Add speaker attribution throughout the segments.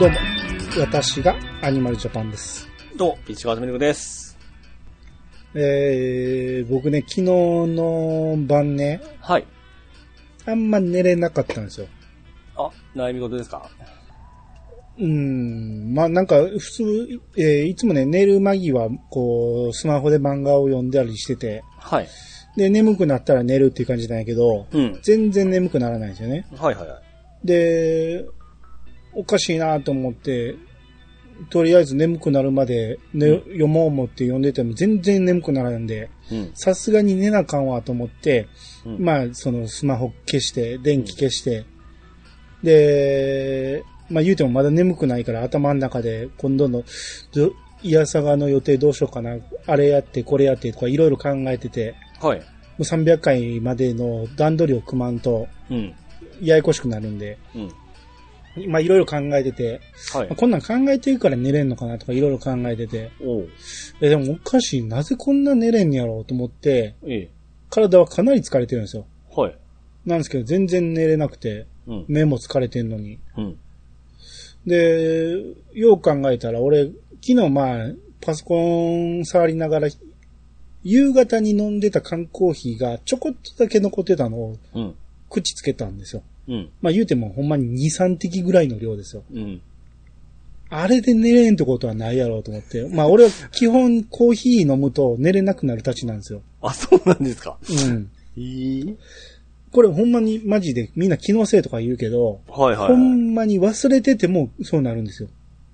Speaker 1: どうも、私がアニマルジャパンです。
Speaker 2: どうも、ピッチカーズミルクです。
Speaker 1: えー、僕ね、昨日の晩ね、
Speaker 2: はい。
Speaker 1: あんま寝れなかったんですよ。
Speaker 2: あ、悩み事ですか
Speaker 1: うーん、まあなんか、普通、えーいつもね、寝る間際、こう、スマホで漫画を読んだりしてて、
Speaker 2: はい。
Speaker 1: で、眠くなったら寝るっていう感じなんやけど、
Speaker 2: うん。
Speaker 1: 全然眠くならないんですよね。
Speaker 2: はいはいはい。
Speaker 1: で、おかしいなと思って、とりあえず眠くなるまで、ね読もう思って読んでても全然眠くならんで、
Speaker 2: うん。
Speaker 1: さすがに寝なあかんわと思って、
Speaker 2: うん
Speaker 1: まあ、そのスマホ消して、電気消して、で、まあ言うてもまだ眠くないから頭の中で今度の、どいやさがの予定どうしようかな、あれやってこれやってとかいろいろ考えてて、
Speaker 2: はい。
Speaker 1: もう300回までの段取りを組まんと、
Speaker 2: うん。
Speaker 1: ややこしくなるんで、
Speaker 2: うん。
Speaker 1: まあいろいろ考えてて、
Speaker 2: は
Speaker 1: まあ
Speaker 2: い。
Speaker 1: こんなん考えてるから寝れんのかなとかいろいろ考えてて、
Speaker 2: おう。
Speaker 1: え、でもおかしい、なぜこんな寝れんやろうと思って、
Speaker 2: ええ。
Speaker 1: 体はかなり疲れてるんですよ。
Speaker 2: はい。
Speaker 1: なんですけど、全然寝れなくて、
Speaker 2: うん。
Speaker 1: 目も疲れてんのに。
Speaker 2: うん。
Speaker 1: で、よう考えたら、俺、昨日まあ、パソコン触りながら、夕方に飲んでた缶コーヒーがちょこっとだけ残ってたのを
Speaker 2: うん。
Speaker 1: 口つけたんですよ。
Speaker 2: うん。
Speaker 1: まあ言うてもほんまに2、3滴ぐらいの量ですよ。
Speaker 2: うん。
Speaker 1: あれで寝れんってことはないやろうと思って。まあ俺は基本コーヒー飲むと寝れなくなるたちなんですよ。
Speaker 2: あ、そうなんですか
Speaker 1: うん。
Speaker 2: いい
Speaker 1: これほんまにマジでみんな気のせいとか言うけど、
Speaker 2: はいはい
Speaker 1: ほ
Speaker 2: は
Speaker 1: んまに忘れててもそうなるんですよ。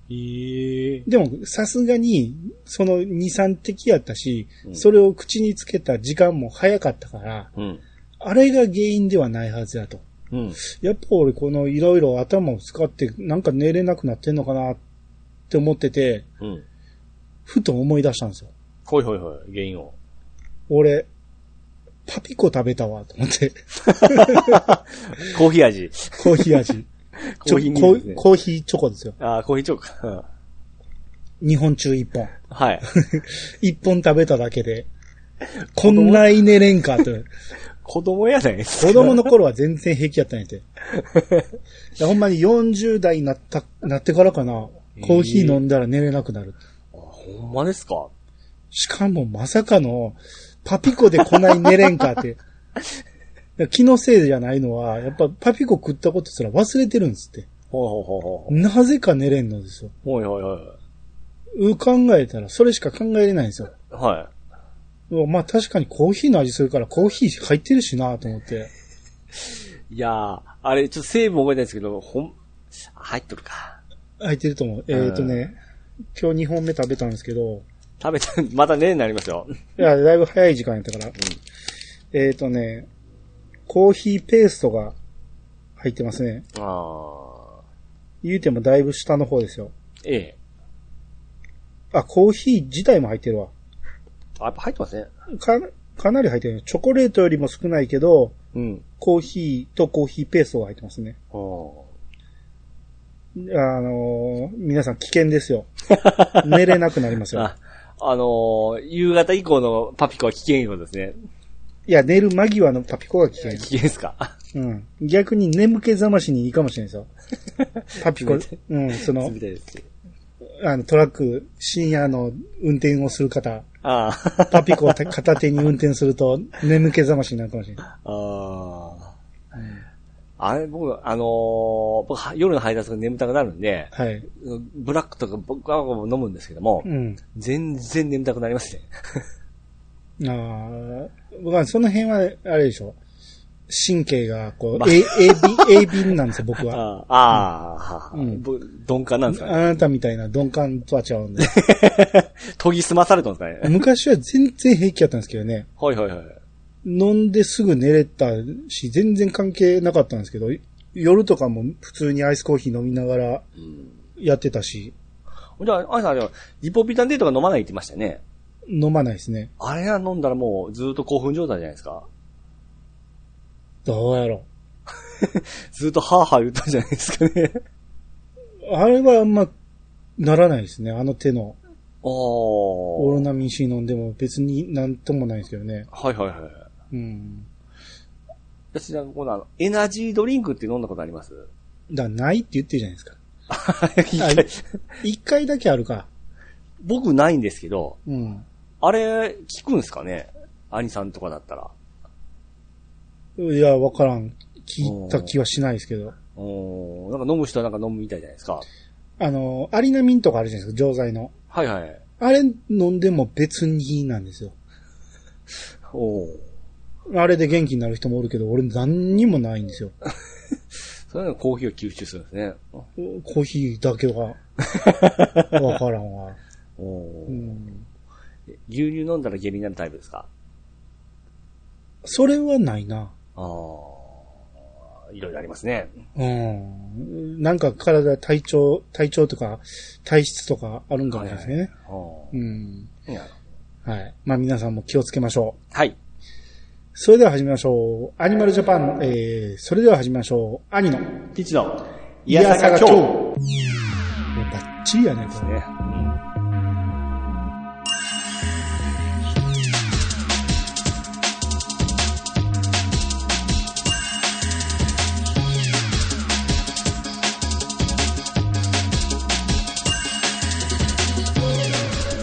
Speaker 2: い。いい
Speaker 1: でも、さすがに、その2、3滴やったし、
Speaker 2: うん
Speaker 1: それを口につけた時間も早かったから、
Speaker 2: うん。
Speaker 1: あれが原因ではないはずやと。
Speaker 2: うん。
Speaker 1: やっぱ俺このいろいろ頭を使ってなんか寝れなくなってんのかなって思ってて、
Speaker 2: うん。
Speaker 1: ふと思い出したんですよ。
Speaker 2: はいはいはい。原因 を。
Speaker 1: 俺、パピコ食べたわと思って、
Speaker 2: コーヒー味。
Speaker 1: コーヒー味。
Speaker 2: コーヒ
Speaker 1: チ
Speaker 2: ー
Speaker 1: ョコ
Speaker 2: 味です
Speaker 1: ー
Speaker 2: ね
Speaker 1: コーヒーチョコですよ。
Speaker 2: あー、コーヒーチョコ。うん
Speaker 1: 2本中1本。
Speaker 2: はい。
Speaker 1: 1本食べただけで、こんなに寝れんかと。
Speaker 2: 子供やないです
Speaker 1: 子供の頃は全然平気やったんやて。いやほんまに40代になった、なってからかな、コーヒー飲んだら寝れなくなる。
Speaker 2: ほんまですか
Speaker 1: しかもまさかの、パピコでこない寝れんかって。だから気のせいじゃないのは、やっぱパピコ食ったことすら忘れてるんですって。
Speaker 2: ほうほうほうほう。
Speaker 1: なぜか寝れんのですよ。
Speaker 2: ほいほいほい。
Speaker 1: う考えたら、それしか考えれないんですよ。
Speaker 2: は
Speaker 1: うわまあ確かにコーヒーの味するからコーヒー入ってるしなと思って。
Speaker 2: い。いやー、あれ、ちょっと成分覚えてないですけど、ほん、入っとるか。
Speaker 1: 入ってると思う。えっ、ー、とね、今日2本目食べたんですけど、
Speaker 2: 食べた、 またねになりますよ。
Speaker 1: いや、だいぶ早い時間やったから。えっ、ー、とね、コーヒーペーストが入ってますね。
Speaker 2: ああ。
Speaker 1: 言うてもだいぶ下の方ですよ。
Speaker 2: ええ。
Speaker 1: あ、コーヒー自体も入ってるわ。
Speaker 2: あ、やっぱ入ってますね。
Speaker 1: か、かなり入ってるね。チョコレートよりも少ないけど、
Speaker 2: うん。
Speaker 1: コーヒーとコーヒーペーストが入ってますね。
Speaker 2: お
Speaker 1: あのー皆さん危険です よ。寝れなくなりますよ。
Speaker 2: あ、あのー、夕方以降のパピコは危険いうことですね。
Speaker 1: いや、寝る間際のパピコが危険
Speaker 2: 危。険ですか
Speaker 1: うん。逆に眠気覚ましにいいかもしれないですよ。パピコ
Speaker 2: 冷たい、
Speaker 1: うん、その
Speaker 2: 冷、たいです。
Speaker 1: あの、トラック、深夜の運転をする方、
Speaker 2: あー
Speaker 1: パピコを片手に運転する と、眠気覚ましになるかもしれない。
Speaker 2: あー。あれ、僕、あのー僕は夜の配達が眠たくなるんで、
Speaker 1: はい。
Speaker 2: ブラックとか僕は飲むんですけども、
Speaker 1: うん。
Speaker 2: 全然眠たくなりますね。
Speaker 1: あー僕はその辺は、あれでしょ。神経が、こ
Speaker 2: ま
Speaker 1: う、
Speaker 2: あ
Speaker 1: え、えび、鋭敏なんですよ、僕は。
Speaker 2: あーあー、
Speaker 1: うん
Speaker 2: 僕鈍感なんです
Speaker 1: あ
Speaker 2: かね。
Speaker 1: なたみたいな鈍感とは違うんで。
Speaker 2: 研ぎ澄まされたんですかね。
Speaker 1: 昔は全然平気やったんですけどね。
Speaker 2: はいはいはい。
Speaker 1: 飲んですぐ寝れたし、全然関係なかったんですけど、夜とかも普通にアイスコーヒー飲みながらやってたし、
Speaker 2: じゃあ、あれさん、でもリポビタンデートが飲まないって言ってましたよね。
Speaker 1: 飲まないですね。
Speaker 2: あれが飲んだらもうずっと興奮状態じゃないですか。
Speaker 1: どうやろ
Speaker 2: ずっとハーハー言ったんじゃないですか ね。
Speaker 1: う。あれはあんま、ならないですね。あの手の、オ
Speaker 2: お
Speaker 1: ーロ
Speaker 2: ー。
Speaker 1: ナミン C 飲んでも別になんともないですけどね。
Speaker 2: はいはいはい。
Speaker 1: うん。
Speaker 2: 私なんかこのあの、エナジードリンクって飲んだことあります
Speaker 1: だからないって言ってるじゃないですか。
Speaker 2: 一回
Speaker 1: 一回だけあるか。
Speaker 2: 僕ないんですけど、
Speaker 1: うん。
Speaker 2: あれ、聞くんすかね兄さんとかだったら。
Speaker 1: いや、わからん。聞いた気はしないですけど。
Speaker 2: おーなんか飲む人はなんか飲むみたいじゃないですか。
Speaker 1: あの、アリナミンとかあるじゃないですか、錠剤の。
Speaker 2: はいはい。
Speaker 1: あれ飲んでも別になんですよ。
Speaker 2: おー
Speaker 1: あれで元気になる人もおるけど、俺何にもないんですよ。
Speaker 2: それなのコーヒーを吸収するんですね。
Speaker 1: コーヒーだけは、わからんわ。
Speaker 2: おー
Speaker 1: うん
Speaker 2: 牛乳飲んだら下痢になるタイプですか
Speaker 1: それはないな。
Speaker 2: ああ、いろいろありますね。
Speaker 1: うん。なんか体、体調、体調とか、体質とかあるんじゃないですかね。
Speaker 2: あー
Speaker 1: うん。
Speaker 2: いや
Speaker 1: はい。まあ皆さんも気をつけましょう。
Speaker 2: はい。
Speaker 1: それでは始めましょう。アニマルジャパン、えー、それでは始めましょう。兄の、
Speaker 2: ピチの、
Speaker 1: い
Speaker 2: いやさが今日
Speaker 1: もうバッチリやね、これ。
Speaker 2: ね。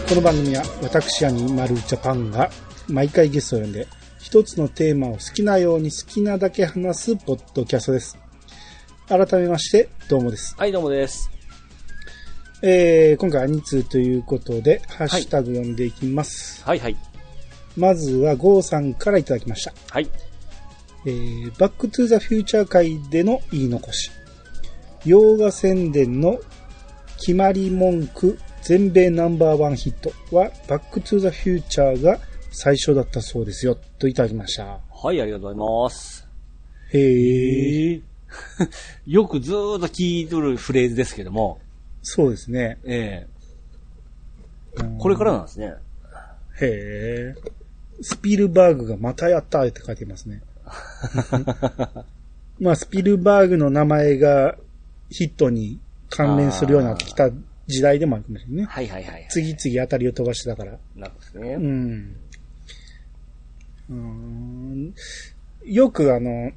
Speaker 1: この番組は私アニマルジャパンが毎回ゲストを呼んで一つのテーマを好きなように好きなだけ話すポッドキャストです。改めまして、どうもです。
Speaker 2: はい、どうもです。
Speaker 1: えー、今回は2通ということで、ハッシュタグ読んでいきます。
Speaker 2: はいはい。
Speaker 1: まずは、ゴーさんからいただきました。
Speaker 2: はい。
Speaker 1: えー、バックトゥーザフューチャー界での言い残し。洋画宣伝の決まり文句全米ナンバーワンヒットはバックトゥーザフューチャーが最初だったそうですよ、といただきました。
Speaker 2: はい、ありがとうございます。
Speaker 1: へえ、
Speaker 2: えよくずーっと聞いとるフレーズですけども、
Speaker 1: そうですね。
Speaker 2: え
Speaker 1: うん
Speaker 2: えこれからなんですね。
Speaker 1: へえ。スピルバーグがまたやったって書いてます ね。まあ、スピルバーグの名前がヒットに関連するようになってきた時代でもあるかもしれないね。
Speaker 2: はいはいはい。
Speaker 1: 次々当たりを飛ばしてたから。
Speaker 2: なんですね。
Speaker 1: うん。うーんよくあの、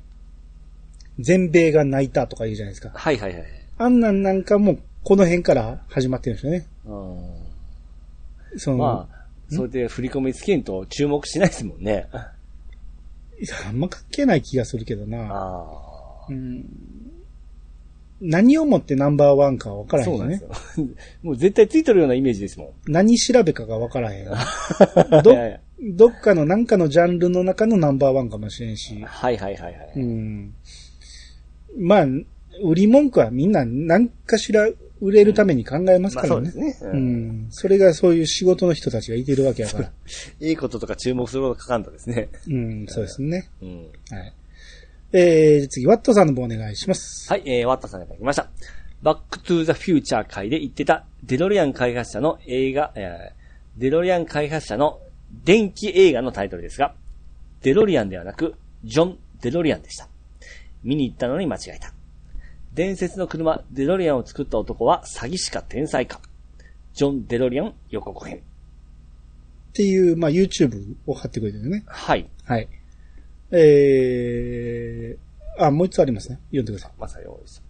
Speaker 1: 全米が泣いたとか言うじゃないですか。
Speaker 2: はいはいはい。
Speaker 1: あんなんなんかもうこの辺から始まってるんですよね。
Speaker 2: うん
Speaker 1: その、
Speaker 2: まあ、それで振り込みつけんと注目しないですもんね。あ
Speaker 1: いやあんま関係ない気がするけどな。
Speaker 2: あ
Speaker 1: うん、何をもってナンバーワンかわからへん
Speaker 2: そ
Speaker 1: よ
Speaker 2: うなんで
Speaker 1: ね
Speaker 2: す。よ。 もう絶対ついてるようなイメージですもん。
Speaker 1: 何調べかがわから へん。ど
Speaker 2: いやいや
Speaker 1: どっかの何かのジャンルの中のナンバーワンかもしれんし。
Speaker 2: はいはいはいは
Speaker 1: う
Speaker 2: い。
Speaker 1: ん。まあ、売り文句はみんな何かしら売れるために考えます
Speaker 2: ま
Speaker 1: か
Speaker 2: あそ
Speaker 1: ら
Speaker 2: うで
Speaker 1: ね
Speaker 2: す。ね。
Speaker 1: う
Speaker 2: うん
Speaker 1: ん。それがそういう仕事の人たちがいてるわけやから。
Speaker 2: いいこととか注目することかかんとですね。
Speaker 1: うん、そうですね。
Speaker 2: うん
Speaker 1: はい。えー、次、ワットさんの方お願いします。
Speaker 2: はい、えー、ワッタさんがいただきました。バックトゥーザフューチャー会で言ってた、デロリアン開発者の映画、えーデロリアン開発者の電気映画のタイトルですが、デロリアンではなく、ジョン・デロリアンでした。見に行ったのに間違えた。伝説の車、デロリアンを作った男は詐欺師か天才か。ジョン・デロリアン予告編。
Speaker 1: っていう、まあ、YouTube を貼ってくれてるね。
Speaker 2: はい。
Speaker 1: はい。えー、あ、もう一つありますね。読んでください。
Speaker 2: まさようです。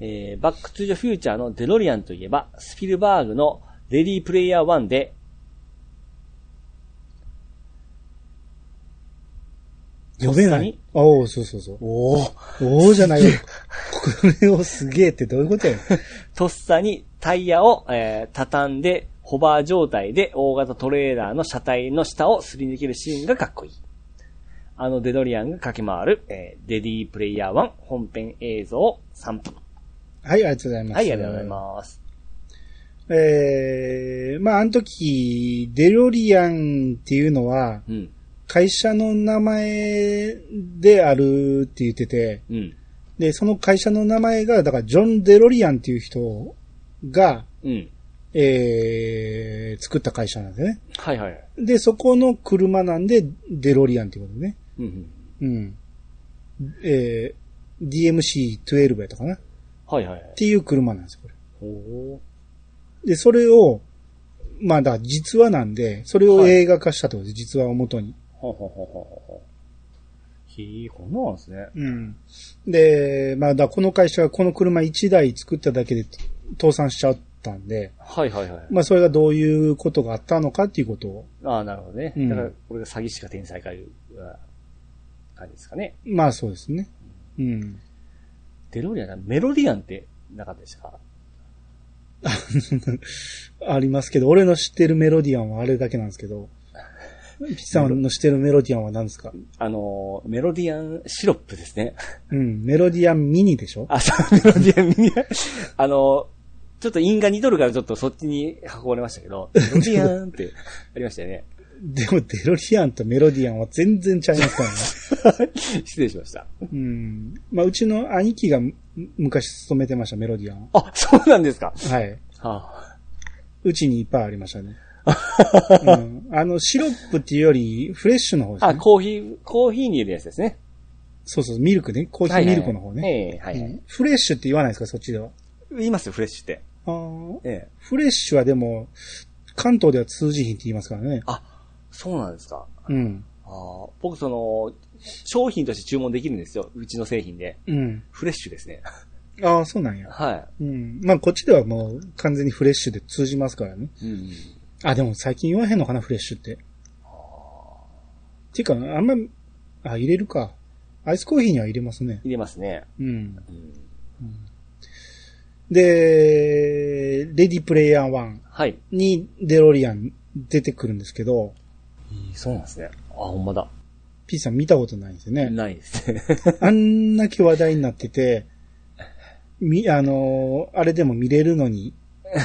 Speaker 2: えー、バックトゥーザフューチャーのデロリアンといえば、スピルバーグのレディープレイヤー1で、
Speaker 1: 読めない。あおうそうそうそう。おおおじゃないよ。これをすげえってどういうこと やねん
Speaker 2: とっさにタイヤを、えー畳んで、ホバー状態で大型トレーラーの車体の下をすり抜けるシーンがかっこいい。あのデロリアンが駆け回る、えーデディープレイヤー1本編映像3分。
Speaker 1: はい、ありがとうございます。
Speaker 2: はい、ありがとうございます。
Speaker 1: す。えー、まあ、あの時、デロリアンっていうのは、
Speaker 2: うん、
Speaker 1: 会社の名前であるって言ってて、
Speaker 2: うん、
Speaker 1: で、その会社の名前が、だから、ジョン・デロリアンっていう人が、
Speaker 2: うん。
Speaker 1: えー、作った会社なんですね。
Speaker 2: はいはい。
Speaker 1: で、そこの車なんで、デロリアンっていうことね。
Speaker 2: うんうん、
Speaker 1: うん。えー、DMC12 やったかなっ
Speaker 2: はいはい。
Speaker 1: ていう車なんですよ、これ。
Speaker 2: おお
Speaker 1: で、それを、まあ、だから実話なんで、それを映画化したってことです、実話をもとに。
Speaker 2: ほうほうほうほうほひー、こんななんですね。
Speaker 1: うん。で、まあ、だこの会社はこの車1台作っただけで倒産しちゃったんで、
Speaker 2: はいはいはい。
Speaker 1: まあ、それがどういうことがあったのかっていうことを、
Speaker 2: ああ、なるほどね。
Speaker 1: うん
Speaker 2: だから、これが詐欺師か天才かいうあ感じですかね。
Speaker 1: まあそうですね。うん。
Speaker 2: デロリアンな、メロディアンってなかったでしたか
Speaker 1: ありますけど、俺の知ってるメロディアンはあれだけなんですけど、ピチさんの知ってるメロディアンは何ですか
Speaker 2: あのー、メロディアンシロップですね。
Speaker 1: うん、メロディアンミニでしょ
Speaker 2: あ、そう、メロディアンミニア。 あのー、ちょっと因が似とるからちょっとそっちに運ばれましたけど、メロディアンってありましたよね。
Speaker 1: でもデロリアンとメロディアンは全然違います からね。
Speaker 2: 失礼しました。
Speaker 1: うん。まあうちの兄貴がむ昔勤めてました、メロディアン。
Speaker 2: あ、そうなんですか。
Speaker 1: はい。
Speaker 2: は
Speaker 1: うちにいっぱいありました ね。うん、あの、シロップっていうより、フレッシュの方です
Speaker 2: あ、あ、
Speaker 1: ね。
Speaker 2: コーヒー、コーヒーに入れるやつですね。
Speaker 1: そうそう、ミルクね。コーヒ
Speaker 2: はい
Speaker 1: ー
Speaker 2: は
Speaker 1: ミ
Speaker 2: い
Speaker 1: ルクの方ね。
Speaker 2: ええはいは
Speaker 1: う
Speaker 2: い
Speaker 1: ん。フレッシュって言わないですか、そっちでは。
Speaker 2: 言いますよ、フレッシュって。
Speaker 1: あー
Speaker 2: ええ。
Speaker 1: フレッシュはでも、関東では通じひんって言いますからね。
Speaker 2: あ、そうなんですか。
Speaker 1: うん。
Speaker 2: あー僕、その、商品として注文できるんですよ。うちの製品で。
Speaker 1: うん。
Speaker 2: フレッシュですね。
Speaker 1: ああ、そうなんや。
Speaker 2: は
Speaker 1: うん。まあ、こっちではもう完全にフレッシュで通じますからね。
Speaker 2: い。うん。
Speaker 1: あ、でも最近言わへんのかな、フレッシュって。ていうか、あんま、あ、入れるか。アイスコーヒーには入れますね。
Speaker 2: 入れますね。
Speaker 1: うん。
Speaker 2: うん
Speaker 1: で、レディプレイヤー1
Speaker 2: はい。
Speaker 1: にデロリアン出てくるんですけど、
Speaker 2: そうなんですね。あ、ほんまだ。
Speaker 1: P さん見たことないんですよね。
Speaker 2: ないですね。
Speaker 1: あんだけ話題になってて、み、あのーあれでも見れるのに、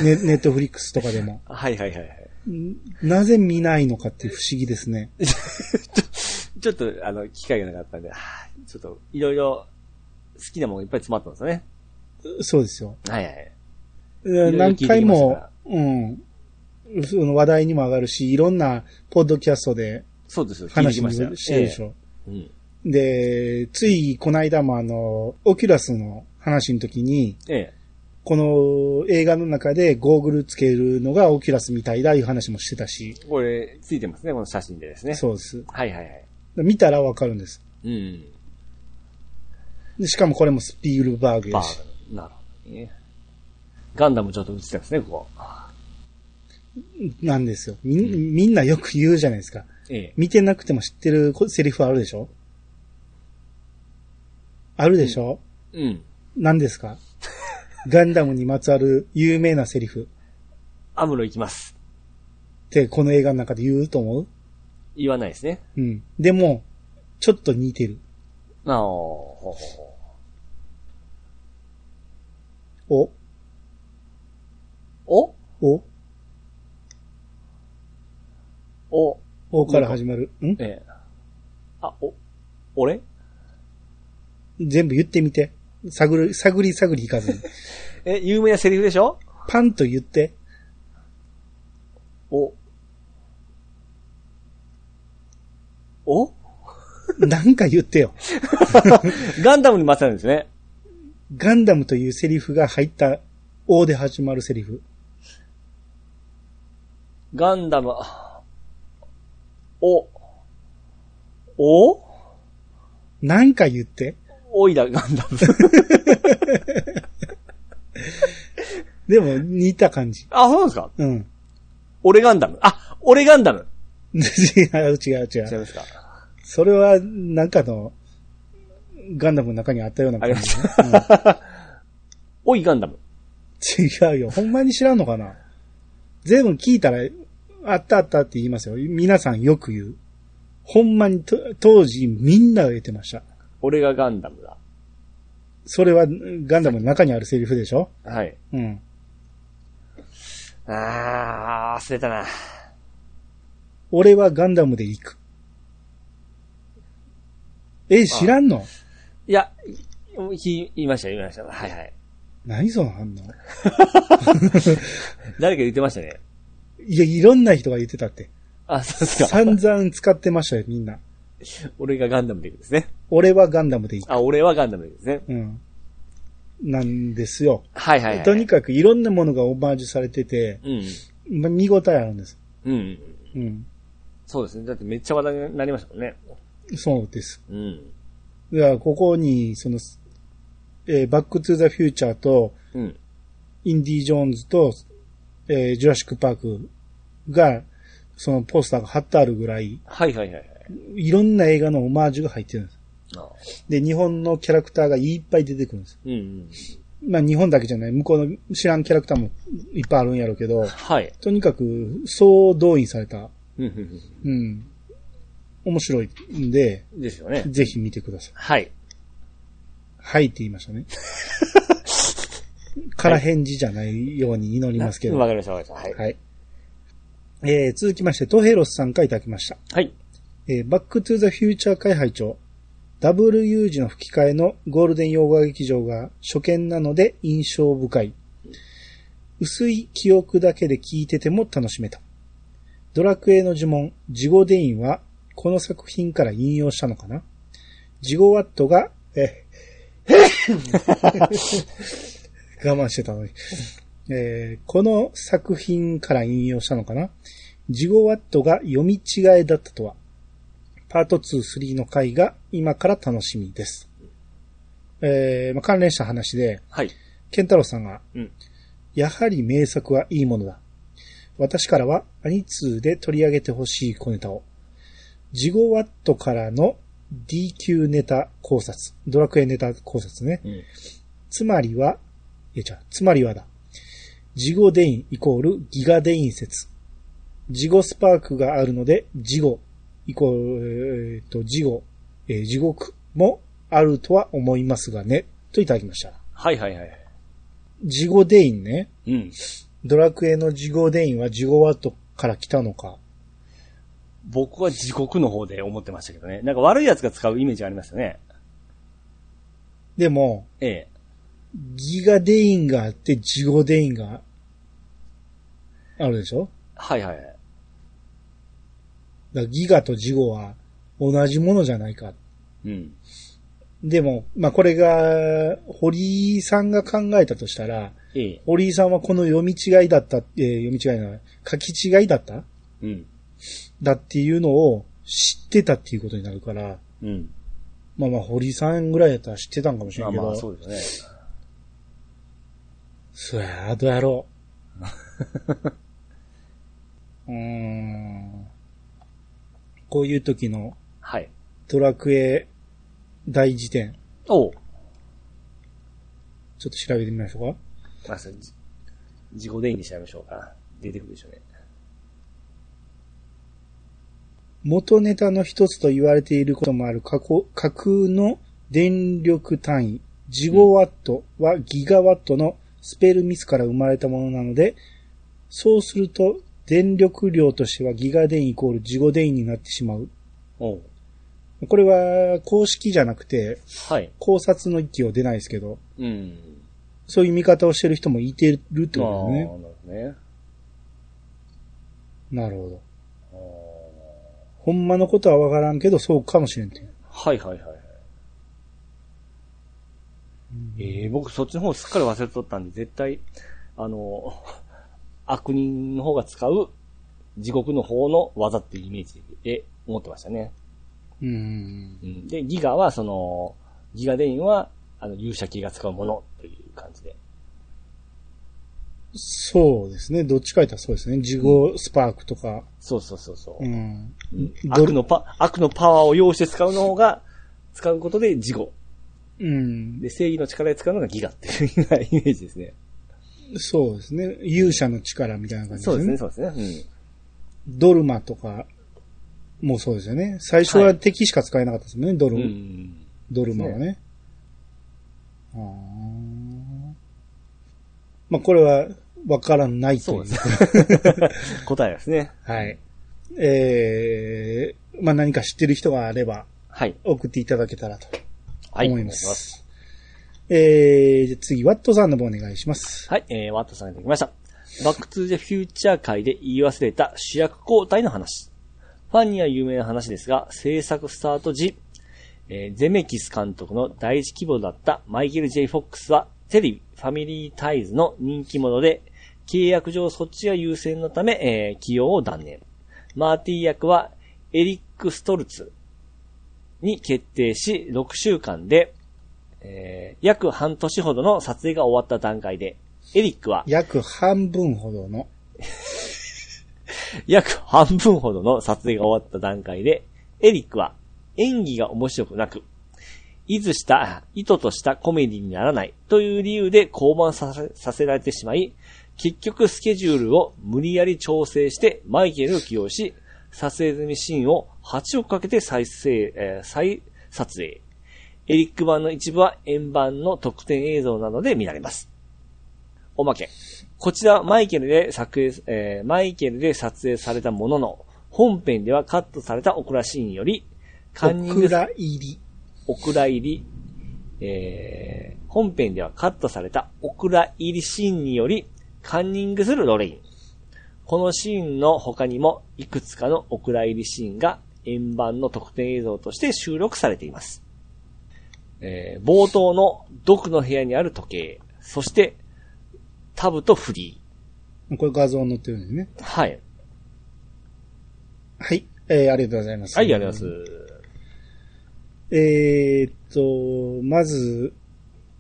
Speaker 1: ネ ネットフリックスとかでも。
Speaker 2: はいはいはいはい。
Speaker 1: んなぜ見ないのかって不思議ですね。
Speaker 2: ちょっと、あの、機会がなかったんで、はぁちょっと、いろいろ、好きなものいっぱい詰まったんですよね。
Speaker 1: そうですよ。
Speaker 2: はいはい。ろいろ聞い
Speaker 1: 何
Speaker 2: てきま
Speaker 1: 回
Speaker 2: した
Speaker 1: も、うん。その話題にも上がるし、いろんなポッドキャストで
Speaker 2: そうですよ。聞いて
Speaker 1: 話
Speaker 2: き
Speaker 1: も
Speaker 2: ましたよ。
Speaker 1: してるでしょ。
Speaker 2: ええうん
Speaker 1: で、ついこの間もあの、オキュラスの話の時に、
Speaker 2: ええ。
Speaker 1: この映画の中でゴーグルつけるのがオキュラスみたいだいう話もしてたし、
Speaker 2: これ、ついてますね、この写真でですね。
Speaker 1: そうです。
Speaker 2: はいはいはい。
Speaker 1: 見たらわかるんです。
Speaker 2: うん。
Speaker 1: でしかもこれもスピールバーグ
Speaker 2: バ
Speaker 1: やし。
Speaker 2: ーなるほどね。ガンダムちょっと映ってたんですね、ここ。
Speaker 1: なんですよ。みん、みんなよく言うじゃないですか。
Speaker 2: ええ。
Speaker 1: 見てなくても知ってるこセリフあるでしょあるでしょ、
Speaker 2: うん。
Speaker 1: 何ですかガンダムにまつわる有名なセリフ
Speaker 2: アムロ行きます。
Speaker 1: ってこの映画の中で言うと思う
Speaker 2: 言わないですね。
Speaker 1: うん。でも、ちょっと似てる。
Speaker 2: ああ、ほうほうほ
Speaker 1: お、
Speaker 2: う
Speaker 1: お、
Speaker 2: おお
Speaker 1: おから始まる。ん
Speaker 2: ええ。あ、お、俺
Speaker 1: 全部言ってみて。探る、探り探りいか ずに。
Speaker 2: え、有名なセリフでしょ
Speaker 1: パンと言って。
Speaker 2: お。お
Speaker 1: なんか言ってよ。
Speaker 2: ガンダムにまつわるんですね。
Speaker 1: ガンダムというセリフが入った、O で始まるセリフ。
Speaker 2: ガンダム、あお、お
Speaker 1: なんか言って。
Speaker 2: おいだ、ガンダム。
Speaker 1: でも、似た感じ。
Speaker 2: あ、そうなんですか
Speaker 1: うん。
Speaker 2: 俺ガンダム。あ、俺ガンダム。
Speaker 1: 違う違う違。
Speaker 2: 違いうますか
Speaker 1: それは、なんかの、ガンダムの中にあったような
Speaker 2: あり
Speaker 1: 感
Speaker 2: ま
Speaker 1: じ。
Speaker 2: した。おいガンダム。
Speaker 1: 違うよ。ほんまに知らんのかな全部聞いたら、あったあったって言いますよ。皆さんよく言う。ほんまにと、当時みんなが言ってました。
Speaker 2: 俺がガンダムだ。
Speaker 1: それはガンダムの中にあるセリフでしょ
Speaker 2: はい。
Speaker 1: うん。
Speaker 2: あー、忘れたな。
Speaker 1: 俺はガンダムで行く。え、知らんの
Speaker 2: いや、ひ言いました、言いました。はいはい。
Speaker 1: 何その反応
Speaker 2: 誰か言ってましたね。
Speaker 1: いや、いろんな人が言ってたって。
Speaker 2: あ、そうですか。
Speaker 1: 散々使ってましたよ、みんな。
Speaker 2: 俺がガンダムでいくですね。
Speaker 1: 俺はガンダムで行く。
Speaker 2: あ、俺はガンダムでいくですね。
Speaker 1: うん。なんですよ。
Speaker 2: はいはい、はい。
Speaker 1: とにかくいろんなものがオマージュされてて、
Speaker 2: うん。
Speaker 1: ま見応えあるんです。
Speaker 2: うん。
Speaker 1: うん。
Speaker 2: そうですね。だってめっちゃ話題になりましたもんね。
Speaker 1: そうです。
Speaker 2: うん。
Speaker 1: だからここに、その、えーバックトゥーザフューチャーと、
Speaker 2: うん。
Speaker 1: インディ・ジョーンズと、えージュラシック・パークが、そのポスターが貼ってあるぐらい、
Speaker 2: はいはいはいはい。
Speaker 1: いろんな映画のオマージュが入ってるんです。
Speaker 2: ああ
Speaker 1: で、日本のキャラクターがいっぱい出てくるんです。
Speaker 2: うんうん。
Speaker 1: まあ日本だけじゃない、向こうの知らんキャラクターもいっぱいあるんやろうけど、
Speaker 2: はい。
Speaker 1: とにかく総動員された、
Speaker 2: うんうん
Speaker 1: うん、面白いんで、
Speaker 2: うん。ですよね。
Speaker 1: ぜひ見てください。
Speaker 2: はい。
Speaker 1: はいって言いましたね。から返事じゃないように祈りますけど。
Speaker 2: わ
Speaker 1: は
Speaker 2: かりましたわかりました。はい。
Speaker 1: い。えー、続きまして、トヘロスさんからいただきました。
Speaker 2: はい。
Speaker 1: えー、バックトゥーザフューチャー会拝長、WU 字の吹き替えのゴールデン洋画劇場が初見なので印象深い。薄い記憶だけで聞いてても楽しめた。ドラクエの呪文、ジゴデインは、この作品から引用したのかなジゴワットが、え、 我慢してたのに。えーこの作品から引用したのかなジゴワットが読み違えだったとは。パート2、3の回が今から楽しみです。えーまあ、関連した話で、
Speaker 2: はい。
Speaker 1: ケンタロウさんが、
Speaker 2: うん
Speaker 1: やはり名作はいいものだ。私からは、アニツーで取り上げてほしい小ネタを。ジゴワットからの D 級ネタ考察。ドラクエネタ考察ね。
Speaker 2: うん。
Speaker 1: つまりは、いや、じゃつまりはだ。ジゴデインイコールギガデイン説。ジゴスパークがあるので、ジゴイコール、えーっと、ジゴ、えー地獄もあるとは思いますがね、といただきました。
Speaker 2: はいはいはい。
Speaker 1: ジゴデインね。
Speaker 2: うん。
Speaker 1: ドラクエのジゴデインはジゴワットから来たのか。
Speaker 2: 僕は地獄の方で思ってましたけどね。なんか悪い奴が使うイメージがありましたね。
Speaker 1: でも、
Speaker 2: ええ。
Speaker 1: ギガデインがあって、ジゴデインがあるでしょ
Speaker 2: はいはいはい。
Speaker 1: だからギガとジゴは同じものじゃないか。
Speaker 2: うん。
Speaker 1: でも、まあ、これが、堀井さんが考えたとしたら、
Speaker 2: ええ。
Speaker 1: 堀井さんはこの読み違いだった、えー読み違いな、書き違いだった
Speaker 2: うん。
Speaker 1: だっていうのを知ってたっていうことになるから、
Speaker 2: うん。
Speaker 1: まあまあ、堀井さんぐらいやったら知ってたんかもしれ
Speaker 2: まあ
Speaker 1: んけど、
Speaker 2: まあ、そうですよね。
Speaker 1: そや、どうやろ う。うーん。こういう時の
Speaker 2: はい。
Speaker 1: ドラクエ大辞典、
Speaker 2: おう。
Speaker 1: ちょっと調べてみましょうか。
Speaker 2: まず、じ自己電気で調べましょうか。出てくるでしょうね。
Speaker 1: 元ネタの一つと言われていることもある過去架空の電力単位、ジゴワットはギガワットのスペルミスから生まれたものなので、そうすると電力量としてはギガ電イコールジゴ電になってしまう。
Speaker 2: おう。
Speaker 1: これは公式じゃなくて
Speaker 2: はい。
Speaker 1: 考察の域を出ないですけど、
Speaker 2: うん。
Speaker 1: そういう見方をしてる人もいてるって
Speaker 2: ああ
Speaker 1: ことですね。
Speaker 2: ー
Speaker 1: な
Speaker 2: なる
Speaker 1: るほど。
Speaker 2: ほどね。
Speaker 1: ほんまのことはわからんけど、そうかもしれんっていう。
Speaker 2: あーはいはいはいはい。ええ僕そっちの方すっかり忘れとったんで、絶対、あの、 悪人の方が使う地獄の方の技っていうイメージで思ってましたね。
Speaker 1: うん。
Speaker 2: うん、で、ギガはその、ギガデインは、あの、勇者系が使うものという感じで。
Speaker 1: そうですね。どっちか言ったらそうですね。ジゴスパークとか。
Speaker 2: そうそうそうそう。
Speaker 1: うん。
Speaker 2: うん
Speaker 1: ど
Speaker 2: 悪のパ、悪のパワーを用意して使うの方が、使うことで事後。
Speaker 1: うん。
Speaker 2: で、正義の力で使うのがギガっていうようなイメージですね。
Speaker 1: そうですね。勇者の力みたいな感じ
Speaker 2: そうですね、そうですね。
Speaker 1: ドルマとか、もうそうですよね。最初
Speaker 2: は
Speaker 1: はい敵しか使えなかったですもんね、ド
Speaker 2: う
Speaker 1: ル、
Speaker 2: ん。うん。
Speaker 1: ドルマはね。あーまあ、これは、わからないとい
Speaker 2: そう
Speaker 1: う。
Speaker 2: ですね。答えですね。
Speaker 1: はい。 えー、まあ、何か知ってる人があれば、
Speaker 2: はい。
Speaker 1: 送っていただけたらと
Speaker 2: はい。
Speaker 1: 思いま
Speaker 2: お願し
Speaker 1: す。えー、じゃあ次、ワットさんの方お願いします。
Speaker 2: はい、えー、ワットさんができました。バックトゥーザフューチャー界で言い忘れた主役交代の話。ファンには有名な話ですが、制作スタート時、えーゼメキス監督の第一希望だったマイケル・ J ・フォックスは、テレビ、ファミリータイズの人気者で、契約上そっちが優先のため、えー起用を断念。マーティ役は、エリック・ストルツ。に決定し、6週間で、えー約半年ほどの撮影が終わった段階で、エリックは
Speaker 1: 約半分ほどの。
Speaker 2: 約半分ほどの撮影が終わった段階で、エリックは演技が面白くなく、意図した、意図としたコメディにならないという理由で降板させさせられてしまい、結局スケジュールを無理やり調整してマイケルを起用し、撮影済みシーンを8億かけて再生、えー再撮影。エリック版の一部は円盤の特典映像などで見られます。おまけ。こちらはマイケルで作影、えーマイケルで撮影されたものの、本編ではカットされたオクラシーンより、カンニ
Speaker 1: オ
Speaker 2: ング
Speaker 1: クラ入り。
Speaker 2: オクラ入り、えー、本編ではカットされたオクラ入りシーンによりカンニングするロレイン。このシーンの他にもいくつかのオクラ入りシーンが円盤の特典映像として収録されています。えー冒頭の毒の部屋にある時計、そしてタブとフリ
Speaker 1: これ画像載ってるんですね。
Speaker 2: ー。はい。
Speaker 1: はい。えー、ありがとうございます。
Speaker 2: はい、ありがとうござい
Speaker 1: す。えーっと、まず、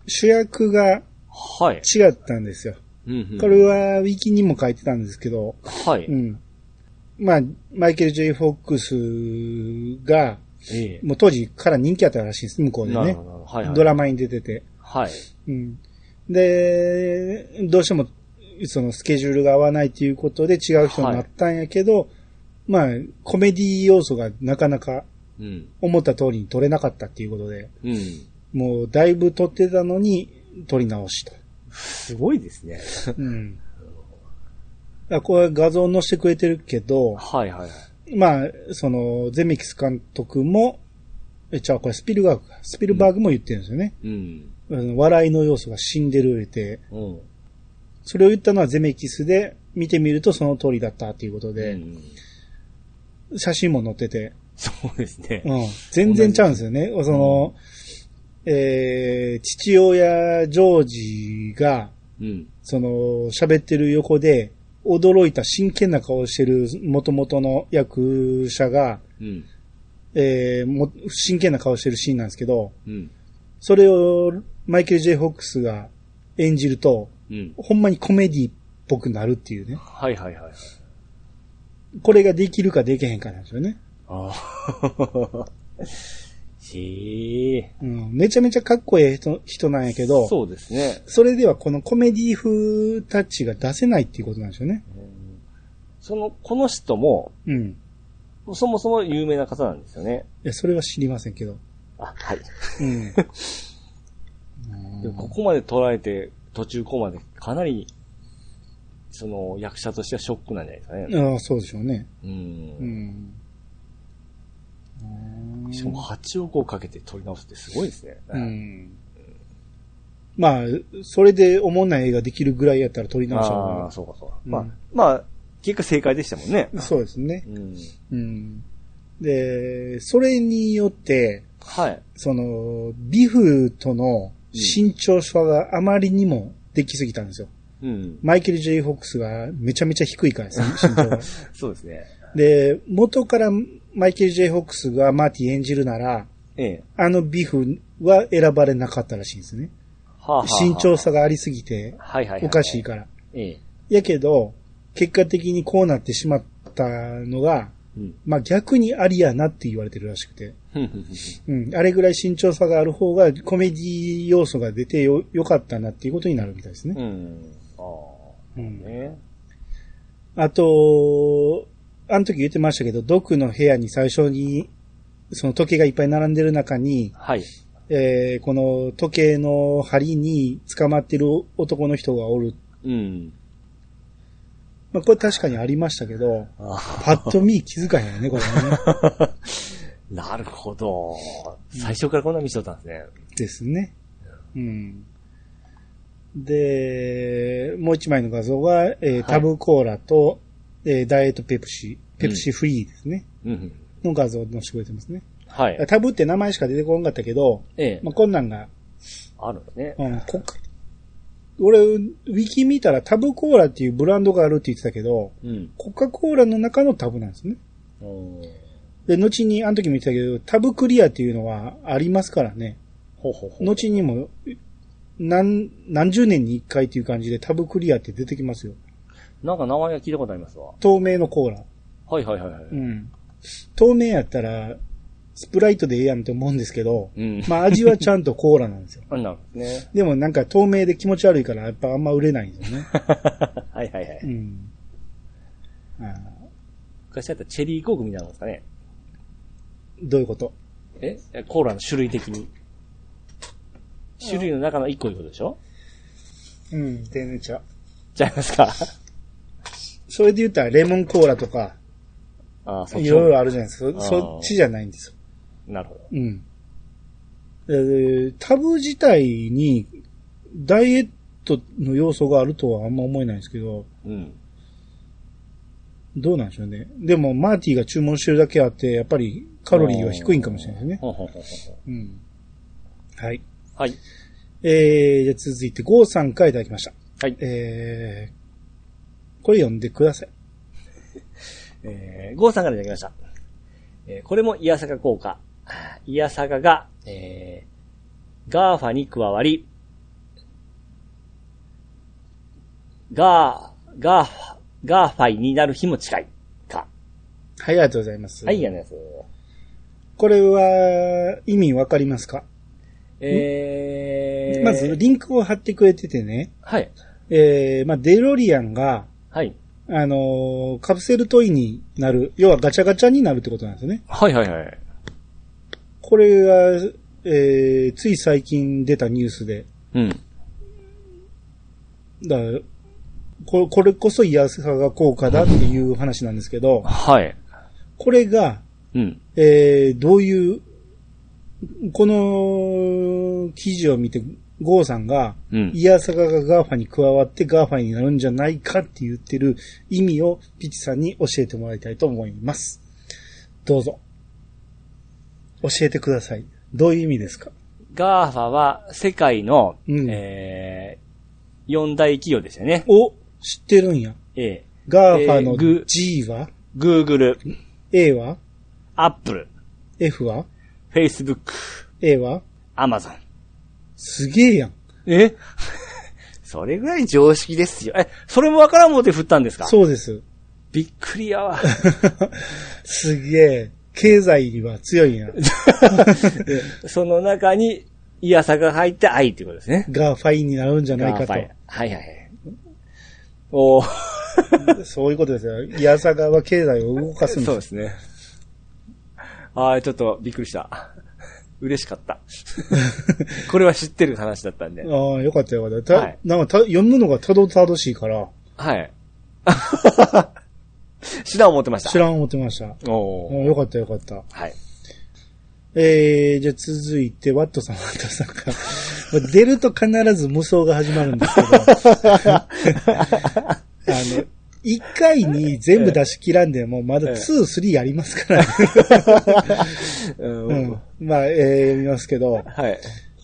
Speaker 1: 主役が
Speaker 2: ます。はい。
Speaker 1: 違ったんですよ。
Speaker 2: うんうん
Speaker 1: これは、ウィキにも書いてたんですけど、
Speaker 2: はい。
Speaker 1: うん。まあ、マイケル・ J ・フォックスが、
Speaker 2: ええ
Speaker 1: もう当時から人気あったらしいんです、向こうで
Speaker 2: なる
Speaker 1: ね
Speaker 2: ほ。ど。はい、はい。
Speaker 1: ドラマに出てて。
Speaker 2: はい。
Speaker 1: うん。で、どうしても、そのスケジュールが合わないということで違う人になったんやけど、まあ、コメディ要素がなかなか
Speaker 2: うん。
Speaker 1: 思った通りに撮れなかったっていうことで、
Speaker 2: うん。
Speaker 1: もうだいぶ撮ってたのに撮り直しと。
Speaker 2: すごいですね。
Speaker 1: うん。あこれ画像載せてくれてるけど、
Speaker 2: はいはいはい。
Speaker 1: まあ、その、ゼミキス監督も、え、じゃあこれスピルバーグかスピルバーグも言ってるんですよね。
Speaker 2: うん。
Speaker 1: うん笑いの要素が死んでる言うて、
Speaker 2: うん。
Speaker 1: それを言ったのはゼメキスで、見てみるとその通りだったっていうこと
Speaker 2: う
Speaker 1: で、
Speaker 2: ん、
Speaker 1: 写真も載ってて、
Speaker 2: そうですね。
Speaker 1: うん、全然ちゃうんですよね。その、えー、父親ジョージが、
Speaker 2: うん。
Speaker 1: その、喋ってる横で、驚いた真剣な顔してる元々の役者が、
Speaker 2: うん。
Speaker 1: えー、も、真剣な顔してるシーンなんですけど、
Speaker 2: うん。
Speaker 1: それをマイケル・ J ・フォックスが演じると、
Speaker 2: うん。
Speaker 1: ほんまにコメディっぽくなるっていうね。
Speaker 2: はいはいはい。
Speaker 1: これができるかできへんかなんですよね。
Speaker 2: ああ。 へえ。
Speaker 1: うん、めちゃめちゃかっこええ人人なんやけど、
Speaker 2: そうですね。
Speaker 1: それではこのコメディ風タッチが出せないっていうことなんですよね。
Speaker 2: その、この人も、
Speaker 1: うん。い
Speaker 2: そもそも有名な方なんですよね。
Speaker 1: や、それは知りませんけど。
Speaker 2: あ、はい。
Speaker 1: うん。
Speaker 2: でここまで捉えて、途中ここまでかなり、その、役者としてはショックなんじゃないですかね。
Speaker 1: ああ、そうでしょうね。
Speaker 2: う。
Speaker 1: うんん。
Speaker 2: しかも8億をかけて撮り直すってすごいですね。
Speaker 1: うん。まあ、それで思んない映画できるぐらいやったら撮り直した
Speaker 2: ああ
Speaker 1: 方
Speaker 2: ー、そうかそうか。
Speaker 1: うん
Speaker 2: まあ、まあ、結果正解でしたもんね。
Speaker 1: が。そうですね。
Speaker 2: うん。
Speaker 1: うん。で、それによって、
Speaker 2: はい。
Speaker 1: その、ビフとの慎重さがあまりにもできすぎたんですよ。
Speaker 2: うん。
Speaker 1: マイケル・ J ・フォックスがめちゃめちゃ低い からですね、身長が。
Speaker 2: そうですね。
Speaker 1: で、元からマイケル・ J ・フォックスがマーティ演じるなら、
Speaker 2: ええ。
Speaker 1: あのビフは選ばれなかったらしいんですね。
Speaker 2: はあはあはあ
Speaker 1: 身長。さがありすぎて、
Speaker 2: はいはいはい。
Speaker 1: おかしいから。
Speaker 2: ええ。
Speaker 1: やけど、結果的にこうなってしまったのが、
Speaker 2: うん。
Speaker 1: まあ逆にありやなって言われてるらしくて。
Speaker 2: ふんふんふん
Speaker 1: うん、あれぐらい慎重さがある方がコメディ要素が出てよ、よかったなっていうことになるみたいです
Speaker 2: ふん
Speaker 1: ね。
Speaker 2: うん。あ
Speaker 1: う
Speaker 2: あ。
Speaker 1: ん、
Speaker 2: ね。
Speaker 1: あと、あの時言ってましたけど、毒の部屋に最初に、その時計がいっぱい並んでる中に、
Speaker 2: はい。
Speaker 1: えーこの時計の針に捕まってる男の人がおる。
Speaker 2: うん。
Speaker 1: まあ、これ確かにありましたけど、
Speaker 2: あ
Speaker 1: パッと見気づかへんよね、これね。
Speaker 2: あなるほど。最初からこんな見せとったんですね。
Speaker 1: ですね。うん。で、もう一枚の画像が、えー
Speaker 2: い
Speaker 1: タブコーラと、えーダイエットペプシ、ペプシフリーですね。
Speaker 2: うんうん。
Speaker 1: の画像を載せてくれてますね。
Speaker 2: はい。
Speaker 1: タブって名前しか出てこなかったけど、
Speaker 2: ええ。
Speaker 1: まあ、こんなんが、
Speaker 2: あるんですね。
Speaker 1: うん、こ俺、ウィキ見たらタブコーラっていうブランドがあるって言ってたけど、
Speaker 2: うん。
Speaker 1: コカ・コーラの中のタブなんですね。
Speaker 2: うん
Speaker 1: で、後に、あの時も言ってたけど、タブクリアっていうのはありますからね。
Speaker 2: ほうほうほう。
Speaker 1: 後にも、何、何十年に一回っていう感じでタブクリアって出てきますよ。
Speaker 2: なんか名前は聞いたことありますわ。
Speaker 1: 透明のコーラ。。
Speaker 2: はいはいはい。はいう
Speaker 1: ん。透明やったら、スプライトでええやんって思うんですけど、
Speaker 2: うん。
Speaker 1: まあ味はちゃんとコーラなん ですよ。
Speaker 2: あ、なるほどね。
Speaker 1: でもなんか透明で気持ち悪いからやっぱあんま売れないんですよね。
Speaker 2: はいはいは
Speaker 1: う
Speaker 2: い。
Speaker 1: ん。あ
Speaker 2: 昔だったらチェリーコークみたいなもんですかね。
Speaker 1: ーどういうこと
Speaker 2: えコーラの種類的に。種類の中の一個いうことでしょ
Speaker 1: うん、全然ちゃう。
Speaker 2: ちゃいますか
Speaker 1: それで言ったらレモンコーラとか、
Speaker 2: ああ、そっ
Speaker 1: い
Speaker 2: ち
Speaker 1: ろい
Speaker 2: の。
Speaker 1: ろあるじゃないですか。そ
Speaker 2: あー
Speaker 1: そっちじゃないんですよ。
Speaker 2: なるほど。
Speaker 1: うん。えータブ自体にダイエットの要素があるとはあんま思えないんですけど、
Speaker 2: うん。
Speaker 1: どうなんでしょうね。でも、マーティが注文してるだけあって、やっぱりカロリーは低いんかもしれないですね。
Speaker 2: ほうほうほうほう
Speaker 1: うん。はい。
Speaker 2: はい。
Speaker 1: えー、じゃあ続いて、ゴーさんからいただきました。
Speaker 2: はい。
Speaker 1: えー、これ読んでください。
Speaker 2: えー、ゴーさんからいただきました。えー、これもイヤサガ効果。イヤサガが、えー、ガーファに加わり、ガー、ガーファ、ガーファイになる日も近い。か。
Speaker 1: はい、ありがとうございます。
Speaker 2: はい、やのやつ。
Speaker 1: これは、意味わかりますか、
Speaker 2: えー、
Speaker 1: まず、リンクを貼ってくれててね、
Speaker 2: はい。
Speaker 1: えー、まあ、デロリアンが、
Speaker 2: はい。
Speaker 1: あのーカプセルトイになる、要はガチャガチャになるってことなんですよね。
Speaker 2: はいはいはい。
Speaker 1: これが、えー、つい最近出たニュースで、
Speaker 2: うん。
Speaker 1: だからここれこそイさが効果だっていう話なんですけど、
Speaker 2: はい。
Speaker 1: これが、
Speaker 2: うん。
Speaker 1: えー、どういう、この記事を見て、ゴーさんが、
Speaker 2: うん。
Speaker 1: イヤサガがガーファに加わってガーファになるんじゃないかって言ってる意味をピチさんに教えてもらいたいと思います。どうぞ。教えてください。どういう意味ですか
Speaker 2: ガーファは世界の、
Speaker 1: うん
Speaker 2: えー、四大企業ですよね。
Speaker 1: お、知ってるんや。
Speaker 2: え
Speaker 1: ガーファの
Speaker 2: えーぐ
Speaker 1: G は、
Speaker 2: ー、Google、
Speaker 1: A は
Speaker 2: Apple、
Speaker 1: ?F は
Speaker 2: Facebook、
Speaker 1: ?A は
Speaker 2: Amazon。
Speaker 1: すげえやん。
Speaker 2: え それぐらい常識ですよ。え、それもわからんもって振ったんですか
Speaker 1: そうです。
Speaker 2: びっくりやわ。
Speaker 1: すげえ。経済には強いんや。
Speaker 2: その中に、イヤサが入って愛っていうことです ね。
Speaker 1: ガーファインになるんじゃない
Speaker 2: ガー
Speaker 1: か
Speaker 2: ファイ
Speaker 1: と。。
Speaker 2: はいはいはい。おー。
Speaker 1: そういうことですよ。イヤサガは経済を動かすん
Speaker 2: そう
Speaker 1: で。
Speaker 2: ですすね。 ああ、ちょっとびっくりした。嬉しかった。これは知ってる話だったんで。
Speaker 1: ああ、よかったよかった。た
Speaker 2: はい
Speaker 1: なんかた読むのがたどたどしいから、
Speaker 2: はい。 知らん思ってました。
Speaker 1: 知らん思ってました。
Speaker 2: おー
Speaker 1: うんよかったよかった。
Speaker 2: はい。
Speaker 1: えー、じゃあ続いて、ワットさん、ワットさんから。 まあ出ると必ず無双が始まるんです けど、あの、一回に全部出し切らんでも、まだ
Speaker 2: ええ
Speaker 1: 2、3やります から、ね。
Speaker 2: うん
Speaker 1: うんまあ、えー読みますけど、
Speaker 2: はい。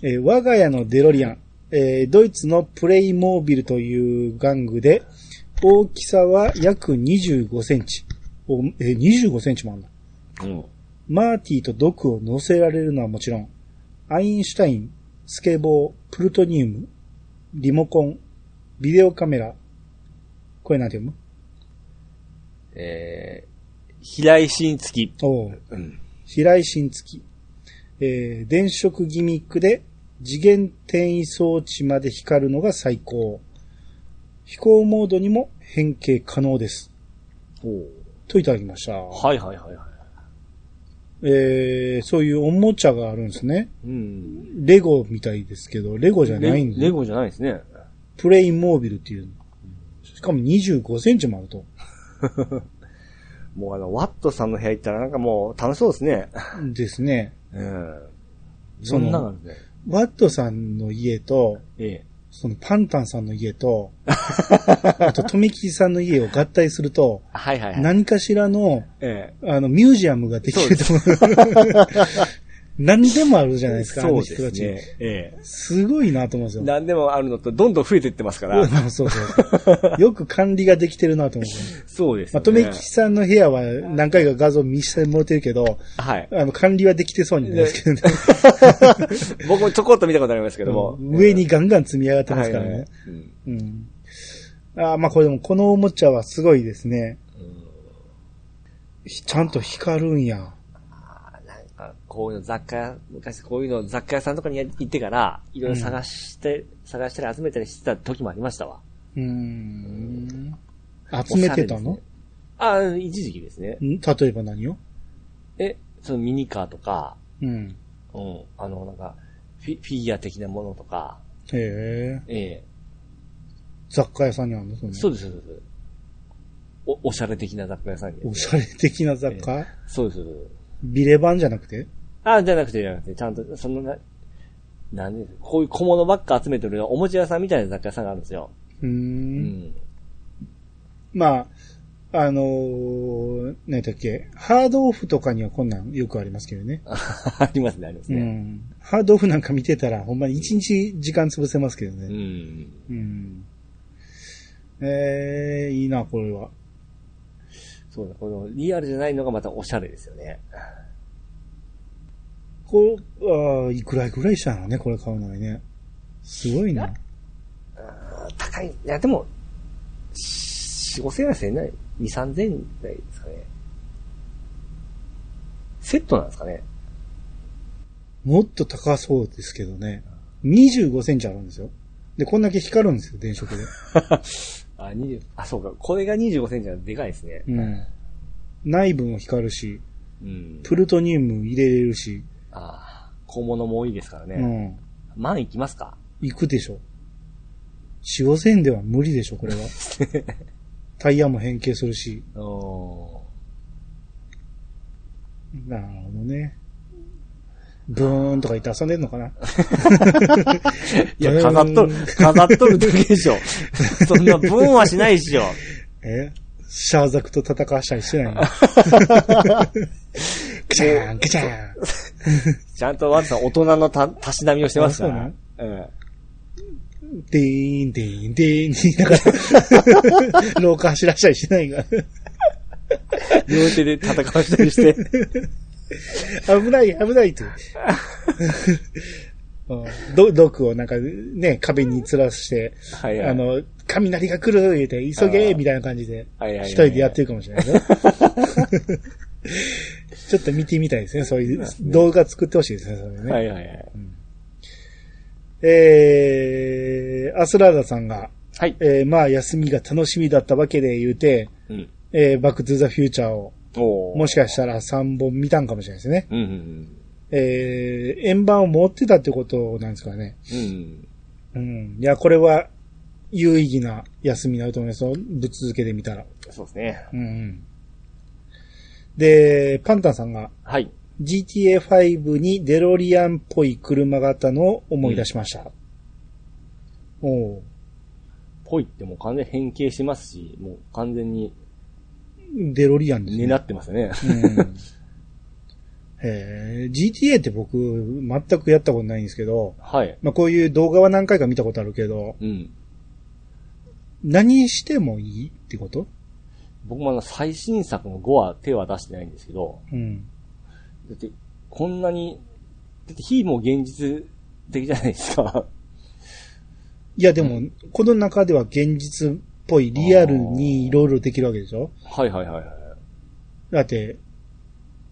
Speaker 1: えー我が家のデロリアン、えードイツのプレイモービルという玩具で、大きさは約25センチ。おえー25センチもあるの
Speaker 2: うん。
Speaker 1: マーティと毒を乗せられるのはもちろん、アインシュタイン、スケボー、プルトニウム、リモコン、ビデオカメラ、これなんて読む
Speaker 2: えー、平井慎月。
Speaker 1: おう
Speaker 2: うん。
Speaker 1: 平井新月。えー、電飾ギミックで次元転移装置まで光るのが最高。飛行モードにも変形可能です。といただきました。
Speaker 2: はいはいはいは
Speaker 1: えー、そういうおもちゃがあるんですね。
Speaker 2: い。うん。
Speaker 1: レゴみたいですけど、レゴじゃないん
Speaker 2: レ
Speaker 1: で、
Speaker 2: ゴじゃないですね。
Speaker 1: プレイモービルっていう。しかも25センチもあると。
Speaker 2: もうあの、ワットさんの部屋行ったらなんかもう楽しそうですね。
Speaker 1: ですね。
Speaker 2: うん。
Speaker 1: そ
Speaker 2: そ
Speaker 1: の
Speaker 2: んなのあるね。
Speaker 1: ワットさんの家と、
Speaker 2: ええ。
Speaker 1: そのパンタンさんの家 と、あと富木さんの家を合体すると、
Speaker 2: はいはいはい。
Speaker 1: 何かしらの、
Speaker 2: ええ。
Speaker 1: あの、ミュージアムができると思う。何でもあるじゃないですか、
Speaker 2: そうです
Speaker 1: あの人
Speaker 2: ね
Speaker 1: たち。。
Speaker 2: ええ。
Speaker 1: すごいなと思うんですよ。
Speaker 2: 何でもあるのと、どんどん増えていってますから。
Speaker 1: うんそうそうそう。よく管理ができてるなと思う。
Speaker 2: そうです
Speaker 1: まあ、
Speaker 2: ね。
Speaker 1: とめきちさんの部屋は何回か画像見せてもらってるけど、
Speaker 2: はい。
Speaker 1: あの、管理はできてそうにないですけどね。
Speaker 2: 僕もちょこっと見たことありますけども。
Speaker 1: 上にガンガン積み上がってますから
Speaker 2: はいは
Speaker 1: ね
Speaker 2: い。うん
Speaker 1: うん。あーまあこれでもこのおもちゃはすごいですね。ちゃんと光るんや。
Speaker 2: なんか、こういうの雑貨屋、昔こういうの雑貨屋さんとかに行ってから、いろいろ探して、探したり集めたりしてた時もありましたわ。
Speaker 1: うーん。集めてたの、
Speaker 2: おしゃれですねあ一時期ですね。
Speaker 1: ん例えば何を
Speaker 2: え、そのミニカーとか、
Speaker 1: うん。
Speaker 2: うん、あの、なんかフィ、フィギュア的なものとか、
Speaker 1: へえ。
Speaker 2: ええ
Speaker 1: 雑貨屋さんにあるのそんな
Speaker 2: そうです、そうです。お、おしゃれ的な雑貨屋さんにですね、
Speaker 1: おしゃれ的な雑貨、
Speaker 2: そうです、そうです。
Speaker 1: ビレ版じゃなくて
Speaker 2: あ、じゃなくて、じゃなくて、ちゃんと、そのな、なんで、こういう小物ばっか集めてるようなおもちゃ屋さんみたいな雑貨屋さんがあるんですよ。
Speaker 1: うー。
Speaker 2: うんん。
Speaker 1: まあ、あのー、何だっけ。ハードオフとかにはこんなんよくありますけどね。
Speaker 2: ありますね、あります
Speaker 1: う
Speaker 2: ね。
Speaker 1: ん。ハードオフなんか見てたらほんまに一日時間潰せますけどね。
Speaker 2: うん。
Speaker 1: うん。ええいいな、これは。
Speaker 2: そうだ、このリアルじゃないのがまたおしゃれですよね。
Speaker 1: こう、ああ、いくらぐらいしたのね、これ買うのにね。すごいな。
Speaker 2: 高い。いや、でも、四五千円はせんない。二、三千円ぐらいですかね。セットなんですかね。
Speaker 1: もっと高そうですけどね。25センチあるんですよ。で、こんだけ光るんですよ、電 飾で。
Speaker 2: あ、20、あ、そうか。これが25センチはでかいですね。
Speaker 1: うん。内部も光るし、
Speaker 2: うん。
Speaker 1: プルトニウム入れれるし、
Speaker 2: あー小物も多いですから
Speaker 1: う
Speaker 2: ね。
Speaker 1: ん。
Speaker 2: 万いきますか
Speaker 1: 行くでしょ。4、5千では無理でしょ、これは。 タイヤも変形するし。
Speaker 2: お
Speaker 1: なるほどね。ブーンとか言って遊んでんのか な
Speaker 2: ーいや、飾っとる、飾っとるだけで しょ。そんなブーンはしないでしょ。
Speaker 1: えシャーザクと戦わしたりして ないのくちゃーん、くちゃーん。
Speaker 2: ちゃんとワンさん大人のた、たしなみをしてますから。
Speaker 1: あ
Speaker 2: うん。
Speaker 1: ディーン、ディーン、ディーンって言いながら、 廊下走らしたりしてないが。
Speaker 2: 両手で戦わしたりして。
Speaker 1: 危ない、危ないって。 うんど毒をなんかね、壁につらして、
Speaker 2: はいはい。
Speaker 1: あ、の、雷が来る言うて、急げ
Speaker 2: あ
Speaker 1: ーみたいな感じで、
Speaker 2: はいはいはいはい
Speaker 1: 一人でやってるかもし れないね。ちょっと見てみたいですね。そういう動画作ってほしいですね、それね。
Speaker 2: はいはいはい。
Speaker 1: えー、アスラーダさんが、
Speaker 2: はい。
Speaker 1: えー、まあ休みが楽しみだったわけで言うて、
Speaker 2: うん。
Speaker 1: えー、バックトゥーザフューチャーを、
Speaker 2: おー
Speaker 1: もしかしたら3本見たんかもしれないですね。
Speaker 2: うんうん
Speaker 1: えー、円盤を持ってたってことなんですかね。
Speaker 2: うん。うん。
Speaker 1: うん。いや、これは、有意義な休みになると思いますよ。ぶっ続けてみたら。
Speaker 2: そうですね。
Speaker 1: うんうん。で、パンタンさんが、
Speaker 2: はい。
Speaker 1: GTA5 にデロリアンっぽい車型のを思い出しました。おう
Speaker 2: ぽいってもう完全に変形してますし、もう完全に
Speaker 1: デロリアンですね。
Speaker 2: 狙ってますよね。
Speaker 1: うんえー GTA って僕、全くやったことないんですけど、
Speaker 2: はい。
Speaker 1: まあ、こういう動画は何回か見たことあるけど、
Speaker 2: うん。
Speaker 1: 何してもいいってこと
Speaker 2: 僕もあの最新作の5は手は出してないんですけど、
Speaker 1: うん。
Speaker 2: だってこんなに、だって非も現実的じゃないですか。
Speaker 1: いや、でも、この中では現実っぽい、リアルにいろいろできるわけでしょ
Speaker 2: はいはいはいはい。
Speaker 1: だって、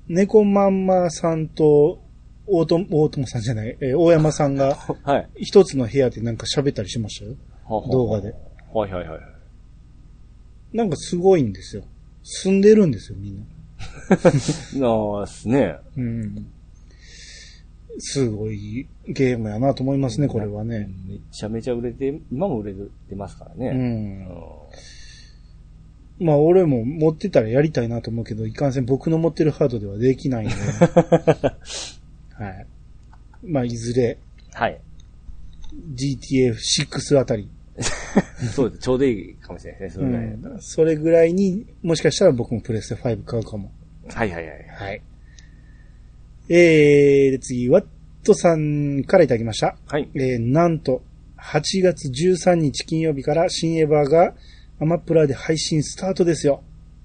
Speaker 1: 猫まんまさんと、大友、大友さんじゃない、えー大山さんが、
Speaker 2: はい。
Speaker 1: 一つの部屋でなんか喋ったりしましたよ
Speaker 2: はあはあ
Speaker 1: 動画で。
Speaker 2: はいはいはい。
Speaker 1: なんかすごいんですよ。住んでるんですよ、みんな。
Speaker 2: なあですね。
Speaker 1: うん。すごいゲームやなと思いますね、これはね。
Speaker 2: めちゃめちゃ売れて、今も売れてますから
Speaker 1: う
Speaker 2: ね。
Speaker 1: ん。
Speaker 2: うん
Speaker 1: まあ、俺も持ってたらやりたいなと思うけど、いかんせん僕の持ってるハードではできないん で。はい。まあ、いずれ
Speaker 2: はい。
Speaker 1: GTA6 あたり、
Speaker 2: そうです。ちょうどいいかもしれないですね。それぐらいだった
Speaker 1: うんそれぐらいにもしかしたら僕もプレステ5買うかも。
Speaker 2: らはいはいはい。
Speaker 1: はい。ええー、で次、ワットさんからいただきました。
Speaker 2: はい。
Speaker 1: えー、なんと、8月13日金曜日から新エヴァがアマプラで配信スタートですよ。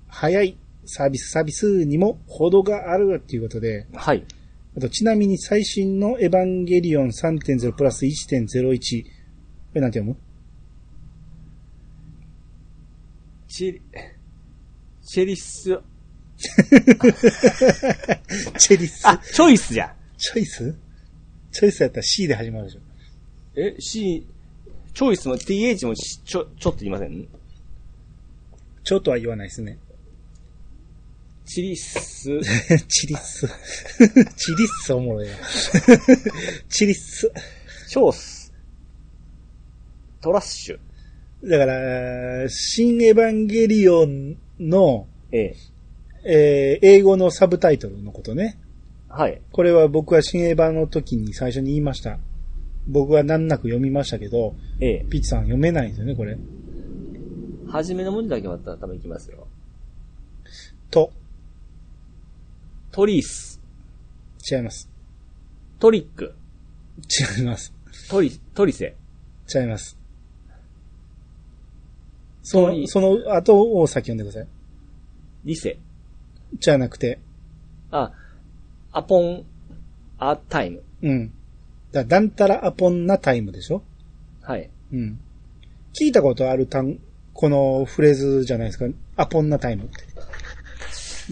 Speaker 1: 早い。サービスサービスにも程があるっていうことで。
Speaker 2: はい。
Speaker 1: あと、ちなみに最新のエヴァンゲリオン3.0プラス1.01。これなんて読む
Speaker 2: チェ、チェリス、
Speaker 1: チェリス。
Speaker 2: あ、チョイスじゃん。
Speaker 1: チョイスチョイスやったら C で始まるでしょ。
Speaker 2: え、C、チョイスも TH もしちょ、ちょっと言いません
Speaker 1: ちょっとは言わないですね。
Speaker 2: チリス、
Speaker 1: チリッス。チリッスおもろいな。チリッス。
Speaker 2: チョース、トラッシュ。
Speaker 1: だから、新エヴァンゲリオンの、
Speaker 2: ええ。
Speaker 1: えー英語のサブタイトルのことね。
Speaker 2: はい。
Speaker 1: これは僕は新エヴァの時に最初に言いました。僕は難なく読みましたけど、
Speaker 2: ええ。
Speaker 1: ピッチさん読めないんですよね、これ。
Speaker 2: 初めの文字だけまた頭いきますよ。
Speaker 1: と、
Speaker 2: トリース、
Speaker 1: 違います。
Speaker 2: トリック、
Speaker 1: 違います。
Speaker 2: トリ、トリセ。
Speaker 1: 違います。その、その後を先読んでくださ
Speaker 2: リセ、
Speaker 1: い。じゃなくて、
Speaker 2: あ、アポン、アタイム。
Speaker 1: うん。だ、だんたらアポンなタイムでしょ
Speaker 2: はい。
Speaker 1: うん。聞いたことある単、このフレーズじゃないですか。アポンなタイムって。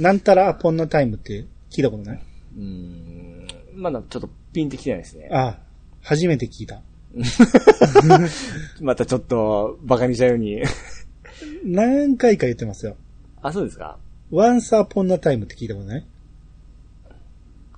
Speaker 1: なんたらアポンなタイムって聞いたことないう
Speaker 2: ーん。まだちょっとピンってきてないですね。
Speaker 1: ああ、初めて聞いた。
Speaker 2: またちょっと、バカにしたように。
Speaker 1: 何回か言ってますよ。
Speaker 2: あ、そうですか
Speaker 1: once upon a time って聞いたことない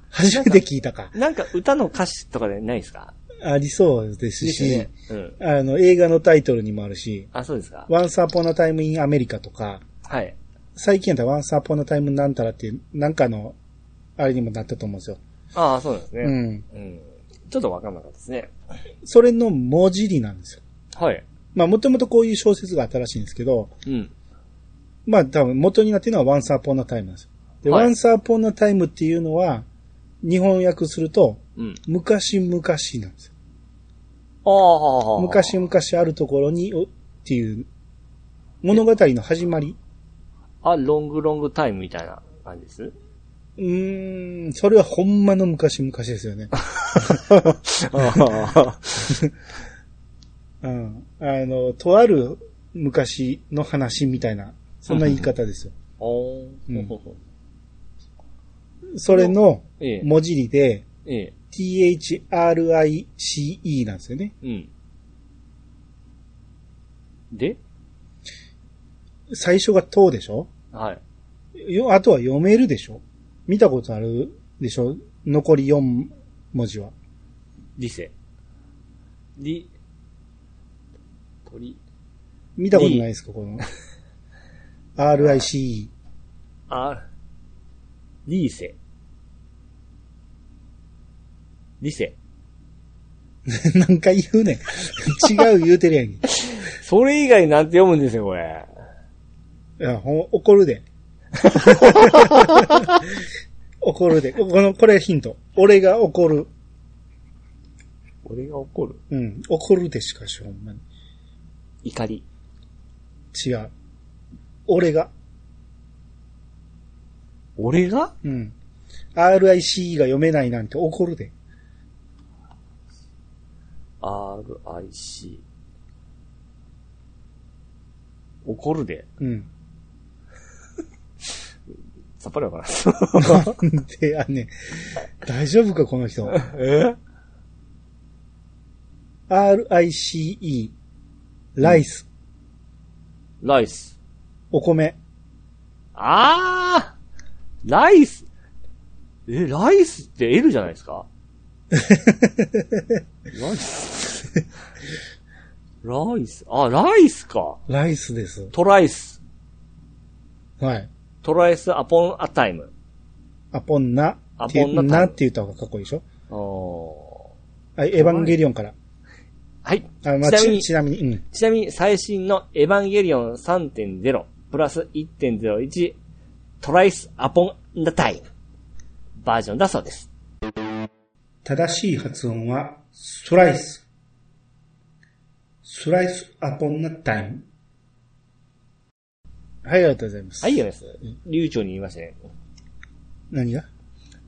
Speaker 1: 初めて聞いたか。
Speaker 2: なんか歌の歌詞とかでないですか
Speaker 1: ありそうです
Speaker 2: です
Speaker 1: し、
Speaker 2: よね。うん。
Speaker 1: あの、映画のタイトルにもあるし、
Speaker 2: あ、そうですか
Speaker 1: Once Upon a Time in America とか、
Speaker 2: はい。
Speaker 1: 最近やったら Once Upon a Time なんたらっていう、なんかの、あれにもなったと思うんですよ。
Speaker 2: ああ、そうなんです
Speaker 1: う
Speaker 2: ね。
Speaker 1: ん。
Speaker 2: うん。ちょっとわかんなかったですね。
Speaker 1: それの文字りなんですよ。
Speaker 2: はい。
Speaker 1: まあ、もともとこういう小説があったらしいんですけど、
Speaker 2: うん。
Speaker 1: まあ、多分元になってるのは Once Upon a Time なんですよ。で、
Speaker 2: はい
Speaker 1: Once Upon a Time っていうのは、日本訳すると、
Speaker 2: うん。
Speaker 1: 昔々なんですよ。
Speaker 2: ああ、
Speaker 1: 昔。々あるところに、おっていう、物語の始まり。
Speaker 2: あ、ロングロングタイムみたいな感じです。
Speaker 1: うーん、それはほんまの昔々ですよ ね。
Speaker 2: あ
Speaker 1: うん。あの、とある昔の話みたいな、そんな言い方ですよ。
Speaker 2: あ。おー
Speaker 1: うん
Speaker 2: ほほほ
Speaker 1: それの
Speaker 2: ええ。
Speaker 1: 文字りで、
Speaker 2: ええ。
Speaker 1: thrice なんですよね。
Speaker 2: うん。で
Speaker 1: 最初がとでしょ
Speaker 2: はい。
Speaker 1: よ、あとは読めるでしょ見たことあるでしょ残り4文字は。
Speaker 2: リセ。リ、鳥、
Speaker 1: 見たことないですかこの。rice。
Speaker 2: あ、リーセ。リセ。
Speaker 1: 何回言うねん。違う言うてるやんけ。
Speaker 2: それ以外なんて読むんですよ、これ。
Speaker 1: いや、ほん、怒るで。 怒るで。ここの、これヒント。俺が怒る。
Speaker 2: 俺が怒る。
Speaker 1: うん。怒るでしかし、ほんまに。
Speaker 2: 怒り。
Speaker 1: 違う。俺が。
Speaker 2: 俺が
Speaker 1: うん。RICE が読めないなんて怒るで。
Speaker 2: ?RIC。怒るで。
Speaker 1: うん。
Speaker 2: さっぱりわか
Speaker 1: なんで、あね、大丈夫か、この人。
Speaker 2: らん。え
Speaker 1: RICE。ライス。
Speaker 2: ライス。
Speaker 1: お米。
Speaker 2: あーライスえ、ライスって L じゃないで すかライスライスあ、ライスか。
Speaker 1: ライスです。
Speaker 2: トライス。
Speaker 1: はい。
Speaker 2: トライスアポンアタイム。
Speaker 1: アポンナ。
Speaker 2: アポンナ
Speaker 1: なって言った方がかっこいいでしょ
Speaker 2: お
Speaker 1: はい、エヴァンゲリオンから。
Speaker 2: ーはい。
Speaker 1: あまあ、
Speaker 2: ちなみ
Speaker 1: ち
Speaker 2: に
Speaker 1: ちなみに、うん。
Speaker 2: ちなみに最新のエヴァンゲリオン3.0プラス1.01トライスアポンアタイムバージョンだそうです。
Speaker 1: 正しい発音は、スライス。スライスアポンナタイム。はい、ありがとうございます。
Speaker 2: はい、ありがとうございます。流暢に言いましたね。
Speaker 1: 何が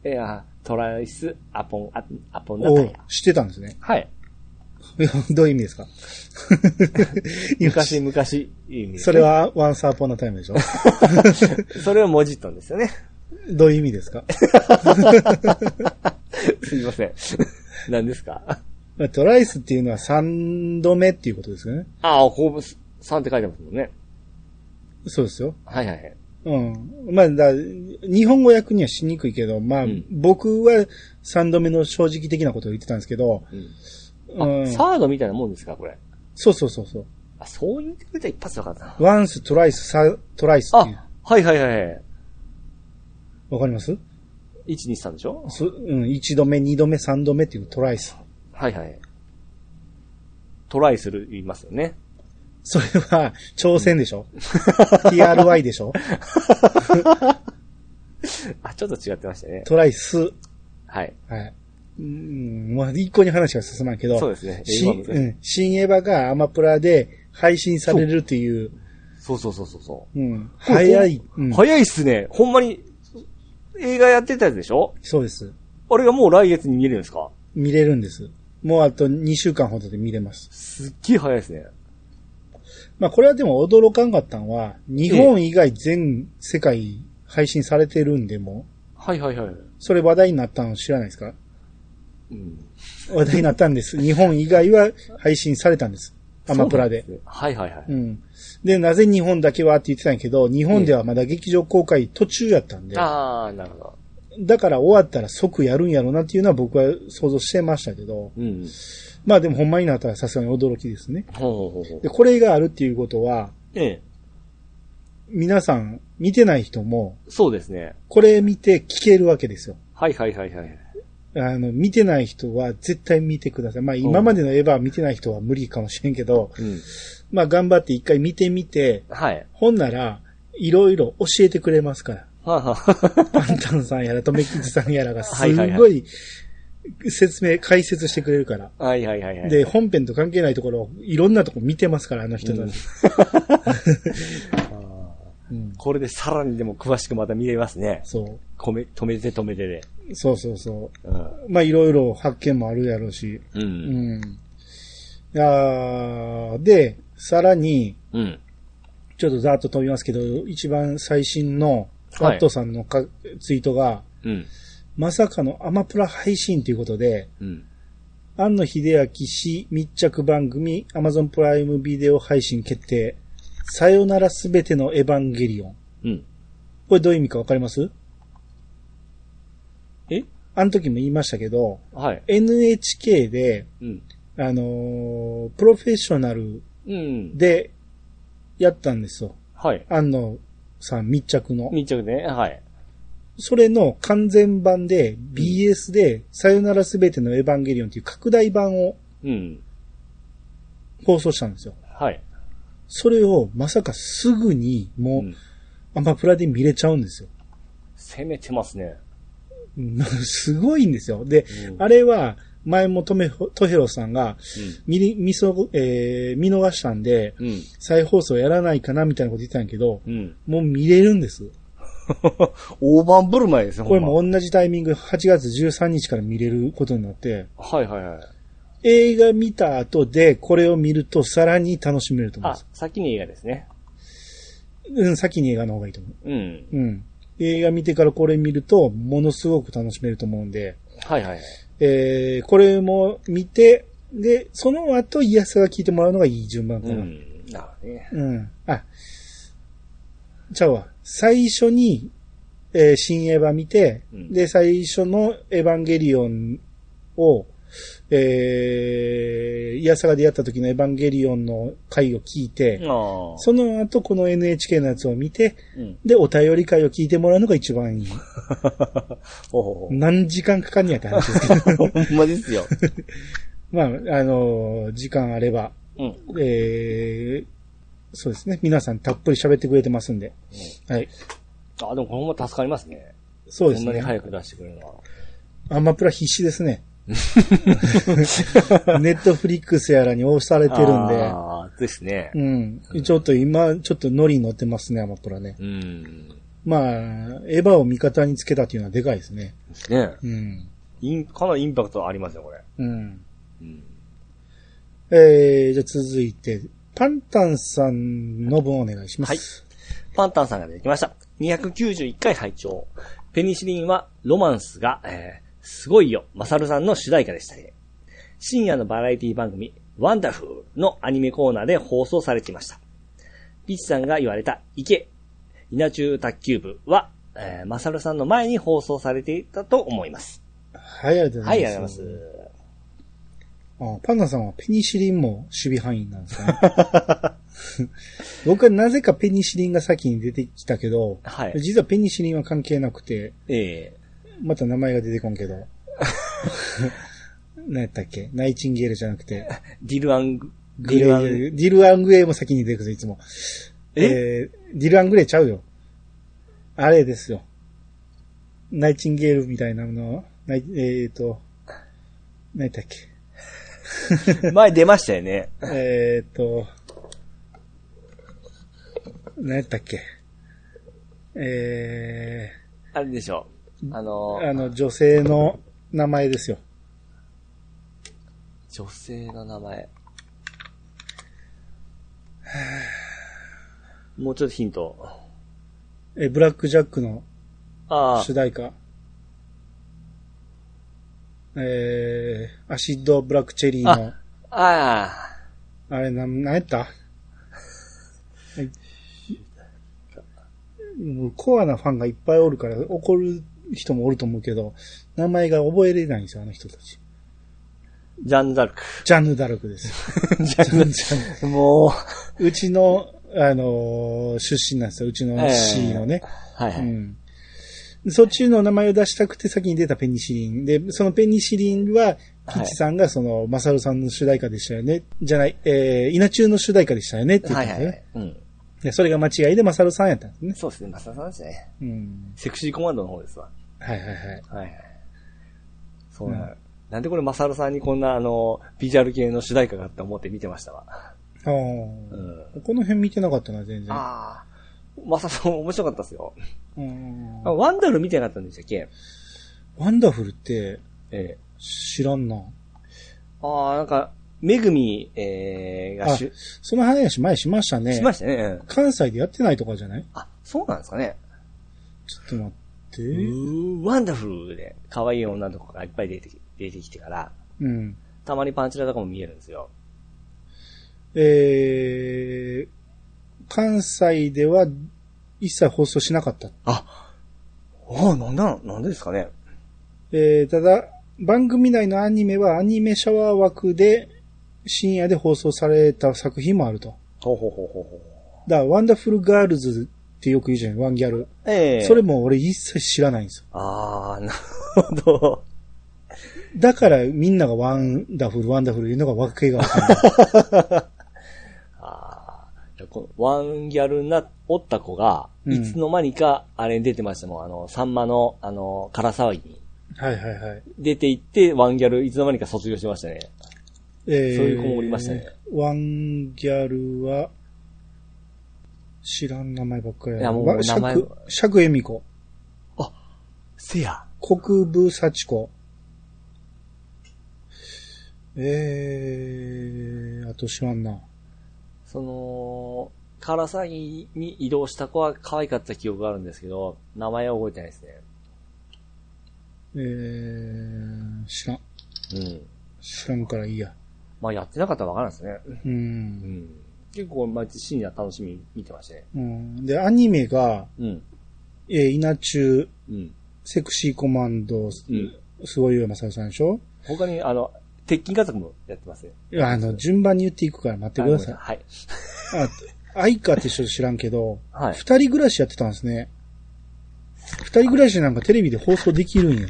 Speaker 2: いや、トライス、アポン、アアポンナ
Speaker 1: お
Speaker 2: タイ
Speaker 1: う
Speaker 2: ム。
Speaker 1: 知ってたんですね。
Speaker 2: はい。
Speaker 1: いや どういう意味ですか今
Speaker 2: 昔、昔、いい意味
Speaker 1: それは、ワンサーポンナタイムでしょ
Speaker 2: それをもじったんですよね。
Speaker 1: どういう意味ですか
Speaker 2: すいません。何ですか
Speaker 1: トライスっていうのは3度目っていうことですよね。
Speaker 2: ああ、ホームス3って書いてますもんね。
Speaker 1: そうですよ。
Speaker 2: はいはいはい。
Speaker 1: うん。まあ、だ日本語訳にはしにくいけど、まあ、
Speaker 2: うん
Speaker 1: 僕は3度目の正直的なことを言ってたんですけど、
Speaker 2: うん
Speaker 1: う
Speaker 2: あ、
Speaker 1: ん。
Speaker 2: サードみたいなもんですか、これ。
Speaker 1: そうそうそうそう。
Speaker 2: あ、そう言ってくれたら一発だからな。
Speaker 1: ワンス、トライス、サ、トライスっていう。
Speaker 2: あ、はいはいはい。
Speaker 1: わかります
Speaker 2: 1、2、3でしょ
Speaker 1: そうん、一度目、二度目、三度目っていうトライス。
Speaker 2: はいはい。トライする言いますよね。
Speaker 1: それは、挑戦でしょ ?try でしょ
Speaker 2: あ、ちょっと違ってましたね。
Speaker 1: トライス。は
Speaker 2: はい。
Speaker 1: い。うん、まあ、一向に話が進まんけど、
Speaker 2: そうですね。
Speaker 1: し
Speaker 2: 英語は難し
Speaker 1: う
Speaker 2: い
Speaker 1: ん、新エヴァがアマプラで配信されるっていう、
Speaker 2: そうそうそうそうそう。
Speaker 1: うん、早い、
Speaker 2: ほ
Speaker 1: うんん、
Speaker 2: 早いっすね。ほんまに、映画やってたやつでしょ
Speaker 1: そうです。
Speaker 2: あれがもう来月に見れるんですか
Speaker 1: 見れるんです。もうあと2週間ほどで見れます。
Speaker 2: すっげえ早いですね。
Speaker 1: まあこれはでも驚かんかったのは、日本以外全世界配信されてるんでもう、
Speaker 2: はいはいはい。
Speaker 1: それ話題になったの知らないですか
Speaker 2: うん。
Speaker 1: 話題になったんです。日本以外は配信されたんです。アマプラで
Speaker 2: そう。なんすね。はいはいはい。
Speaker 1: うん。で、なぜ日本だけはって言ってたんやけど、日本ではまだ劇場公開途中やったんで、
Speaker 2: ああ、なるほど。
Speaker 1: だから終わったら即やるんやろうなっていうのは僕は想像してましたけど、
Speaker 2: うん。
Speaker 1: まあでもほんまになったらさすがに驚きですね。
Speaker 2: ほうほうほうほう
Speaker 1: で、。これがあるっていうことは、
Speaker 2: ええ。
Speaker 1: 皆さん見てない人も、
Speaker 2: そうですね。
Speaker 1: これ見て聞けるわけですよ。
Speaker 2: はいはいはいはい。
Speaker 1: あの、見てない人は絶対見てください。まあ今までのエヴァ見てない人は無理かもしれんけど、
Speaker 2: うん。
Speaker 1: まあ頑張って一回見てみて、
Speaker 2: はい。
Speaker 1: ほんなら、いろいろ教えてくれますから。
Speaker 2: はあは
Speaker 1: パンタンさんやら、とめきずさんやらが、す
Speaker 2: はいはい
Speaker 1: ご
Speaker 2: はい
Speaker 1: 説明、解説してくれるから。
Speaker 2: あはいはいはいはい。
Speaker 1: で、本編と関係ないところをいろんなとこ見てますから、あの人たち。 うん
Speaker 2: これでさらにでも詳しくまた見れますね。
Speaker 1: そ
Speaker 2: 止め、止めて止めてで。
Speaker 1: う。そうそうそ
Speaker 2: うん。
Speaker 1: う。まあ、いろいろ発見もあるやろうし。う
Speaker 2: う。
Speaker 1: んん。いやーで、さらに、
Speaker 2: うん。
Speaker 1: ちょっとざーっと飛びますけど、一番最新の、ワットさんのか、ツイートが、
Speaker 2: うん。
Speaker 1: まさかのアマプラ配信ということで、
Speaker 2: うん。
Speaker 1: 庵野秀明氏密着番組 Amazon プライムビデオ配信決定。さよならすべてのエヴァンゲリオン。
Speaker 2: うん。
Speaker 1: これどういう意味かわかります
Speaker 2: え
Speaker 1: あの時も言いましたけど、
Speaker 2: はい。
Speaker 1: NHK で、
Speaker 2: うん。
Speaker 1: あのープロフェッショナル
Speaker 2: うん。
Speaker 1: でやったんですよ。
Speaker 2: はい。
Speaker 1: 庵野さん密着の。
Speaker 2: 密着ね。はい。
Speaker 1: それの完全版で BS でさよならすべてのエヴァンゲリオンっていう拡大版を
Speaker 2: うん。
Speaker 1: 放送したんですよ。
Speaker 2: はい。
Speaker 1: それをまさかすぐにもう
Speaker 2: うん
Speaker 1: アマプラで見れちゃうんですよ。
Speaker 2: 攻めてますね。
Speaker 1: うんすごいんですよ。で、
Speaker 2: うん
Speaker 1: あれは、前もとめ、とへろさんが、見り、見そ、えー見逃したんで、
Speaker 2: うん。うん。
Speaker 1: 再放送やらないかなみたいなこと言ってたんやけど、
Speaker 2: うん。
Speaker 1: もう見れるんです。
Speaker 2: 大盤振る舞いですね、
Speaker 1: これ
Speaker 2: ほんま
Speaker 1: も同じタイミング、8月13日から見れることになって、
Speaker 2: はいはいはい。
Speaker 1: 映画見た後でこれを見るとさらに楽しめると思うん
Speaker 2: あ
Speaker 1: です。、
Speaker 2: 先に映画ですね。
Speaker 1: うん、先に映画の方がいいと思
Speaker 2: うん。
Speaker 1: う。うん。映画見てからこれ見ると、ものすごく楽しめると思うんで、
Speaker 2: はいはいはい。
Speaker 1: えーこれも見て、で、その後、イヤスが聞いてもらうのがいい順番か
Speaker 2: う
Speaker 1: な。うん。
Speaker 2: ん。なるほどね。
Speaker 1: あ、ちゃうわ。最初に、えー新エヴァ見て、
Speaker 2: うん
Speaker 1: で、最初のエヴァンゲリオンを、えー、イヤサガでやった時のエヴァンゲリオンの回を聞いて、
Speaker 2: ああ。
Speaker 1: その後この NHK のやつを見て、
Speaker 2: うん。
Speaker 1: で、お便り会を聞いてもらうのが一番い い。
Speaker 2: ほうほ
Speaker 1: 何時間かかんねやって話ですけど。
Speaker 2: うほう。ほんまですよ。
Speaker 1: まあ、あのー時間あれば、
Speaker 2: うん。
Speaker 1: えーそうですね。皆さんたっぷり喋ってくれてますんで。はい。
Speaker 2: あ、でもほんま助かりますね。
Speaker 1: そうです
Speaker 2: こんなに
Speaker 1: ね。
Speaker 2: 早く出してくれるのは。
Speaker 1: アマプラ必死ですね。ネットフリックスやらに押されてるんで。
Speaker 2: あーですね。
Speaker 1: うん。ちょっと今、ちょっとノリに乗ってますね、アマプラね。
Speaker 2: うん。
Speaker 1: まあ、エヴァを味方につけたっていうのはでかいですね。
Speaker 2: ですね。
Speaker 1: うん。
Speaker 2: イン、かなりインパクトありますね、これ。
Speaker 1: うん。
Speaker 2: うん。
Speaker 1: えー、じゃあ続いて、パンタンさんの分お願いします。
Speaker 2: パンタンさんが出てきました。291回拝聴ペニシリンはロマンスが、えーすごいよ、マサルさんの主題歌でしたね。深夜のバラエティ番組、ワンダフルのアニメコーナーで放送されていました。ピッチさんが言われた、行け稲中卓球部は、えーマサルさんの前に放送されていたと思います。
Speaker 1: はい、ありがとうご
Speaker 2: は
Speaker 1: ざい
Speaker 2: い、
Speaker 1: ま
Speaker 2: あり
Speaker 1: す。
Speaker 2: がとうございます。
Speaker 1: あパンダさんはペニシリンも守備範囲なんですね。 僕はなぜかペニシリンが先に出てきたけど、
Speaker 2: はい
Speaker 1: 実はペニシリンは関係なくて、
Speaker 2: え
Speaker 1: また名前が出てこんけど。 何やったっけナイチンゲールじゃなくて、
Speaker 2: ー、ディルアング、
Speaker 1: グレ
Speaker 2: ング
Speaker 1: イ、ディル・アングレイも先に出てくるいつも。
Speaker 2: え
Speaker 1: ーディル・アングレイちゃうよ。あれですよ。ナイチンゲールみたいなの、ないえっ、と、何やったっけ
Speaker 2: 前出ましたよね。
Speaker 1: えーっと、何やったっけえ
Speaker 2: あれでしょ。あの
Speaker 1: ー、あの、女性の名前ですよ。
Speaker 2: 女性の名前。もうちょっとヒント。
Speaker 1: えー、ブラックジャックの
Speaker 2: ああ
Speaker 1: 主、題歌。えー、アシッドブラックチェリーの、
Speaker 2: あ
Speaker 1: あれ、なん、なんやったはいもうコアなファンがいっぱいおるから怒る人もおると思うけど、名前が覚えれないんですよ、あの人たち。
Speaker 2: ジャンダル
Speaker 1: ジャンヌ・ダルクです。
Speaker 2: ク。 ジャンダルク。も
Speaker 1: うちの、あのー出身なんですよ。うちの
Speaker 2: ええ
Speaker 1: C のね。
Speaker 2: う、はいは
Speaker 1: う
Speaker 2: い。
Speaker 1: ん。そっちの名前を出したくて先に出たペニシリン。で、そのペニシリンは、
Speaker 2: はい
Speaker 1: ピッチさんがその、マサルさんの主題歌でしたよね。じゃない、えー、稲中の主題歌でしたよねって言っ
Speaker 2: は
Speaker 1: た
Speaker 2: い
Speaker 1: んで
Speaker 2: は
Speaker 1: す
Speaker 2: い
Speaker 1: よ
Speaker 2: は
Speaker 1: ね。
Speaker 2: い。うん。
Speaker 1: で、それが間違いでマサルさんやったんですね。
Speaker 2: そうですね、マサさんですね。
Speaker 1: うん。
Speaker 2: セクシーコマンドの方ですわ。
Speaker 1: はいはいはい。
Speaker 2: はいはい。そうな
Speaker 1: う
Speaker 2: の。なんでこれマサルさんにこんなあの、ビジュアル系の主題歌があって思って見てましたわ。
Speaker 1: あ
Speaker 2: う
Speaker 1: ー
Speaker 2: ん。
Speaker 1: この辺見てなかったな、全然。
Speaker 2: ああ、マサさん面白かったですよ。
Speaker 1: うん
Speaker 2: あワンダル見てなかったんでしたっけ
Speaker 1: ワンダフルって
Speaker 2: ええ。
Speaker 1: 知らんな。
Speaker 2: ああ、なんか、めぐみ、えー、がしゅ、
Speaker 1: その話前しましたね。
Speaker 2: しましたね。うん
Speaker 1: 関西でやってないとかじゃない
Speaker 2: あ、そうなんですかね。
Speaker 1: ちょっと待って。
Speaker 2: うー、ワンダフルで、可愛い女の子がいっぱい出てき出てきてから、
Speaker 1: うん。
Speaker 2: たまにパンチラとかも見えるんですよ。
Speaker 1: えー、関西では一切放送しなかった。
Speaker 2: あ、ああ、なんだ、なんでですかね。
Speaker 1: えー、ただ、番組内のアニメはアニメシャワー枠で深夜で放送された作品もあると。
Speaker 2: ほうほうほうほうほ
Speaker 1: だから、ワンダフルガールズってよく言うじゃない、ワンギャル。
Speaker 2: う。ええ
Speaker 1: それも俺一切知らないんですよ。
Speaker 2: ああ、なるほど。
Speaker 1: だからみんながワンダフル、ワンダフル言うのが訳がわかんない。
Speaker 2: ああ、このワンギャルな、おった子が、
Speaker 1: うん
Speaker 2: いつの間にか、あれに出てましたもん。あの、サンマの、あの、唐騒ぎに。
Speaker 1: はいはいはい。
Speaker 2: 出て行って、ワンギャル、いつの間にか卒業してましたね。
Speaker 1: えー
Speaker 2: そういう子もおりましたね。
Speaker 1: ワンギャルは、知らん名前ばっかりや
Speaker 2: いやもう
Speaker 1: わ
Speaker 2: 名前
Speaker 1: 釈釈恵美子。
Speaker 2: せや。
Speaker 1: 国分幸子。えー、あと知らんな。
Speaker 2: その、カラサギに移動した子は可愛かった記憶があるんですけど、名前は覚えてないですね。
Speaker 1: えー、知らん。
Speaker 2: うん。
Speaker 1: 知らんからいいや。
Speaker 2: まあやってなかったらわからないですね。
Speaker 1: う。
Speaker 2: うんん。結構毎日深夜楽しみに見てましたね。
Speaker 1: うん、で、アニメが、
Speaker 2: うん。
Speaker 1: えー、稲中、
Speaker 2: うん。
Speaker 1: セクシーコマンド、
Speaker 2: うん。
Speaker 1: すごいよ、まさるさんでしょ
Speaker 2: 他に、あの、鉄筋家族もやってますね。
Speaker 1: いやあの、順番に言っていくから待ってください
Speaker 2: あ。はい。
Speaker 1: あ、アイカって人知らんけど、
Speaker 2: はい。
Speaker 1: 二人暮らしやってたんですね。二人暮らしなんかテレビで放送できるんや。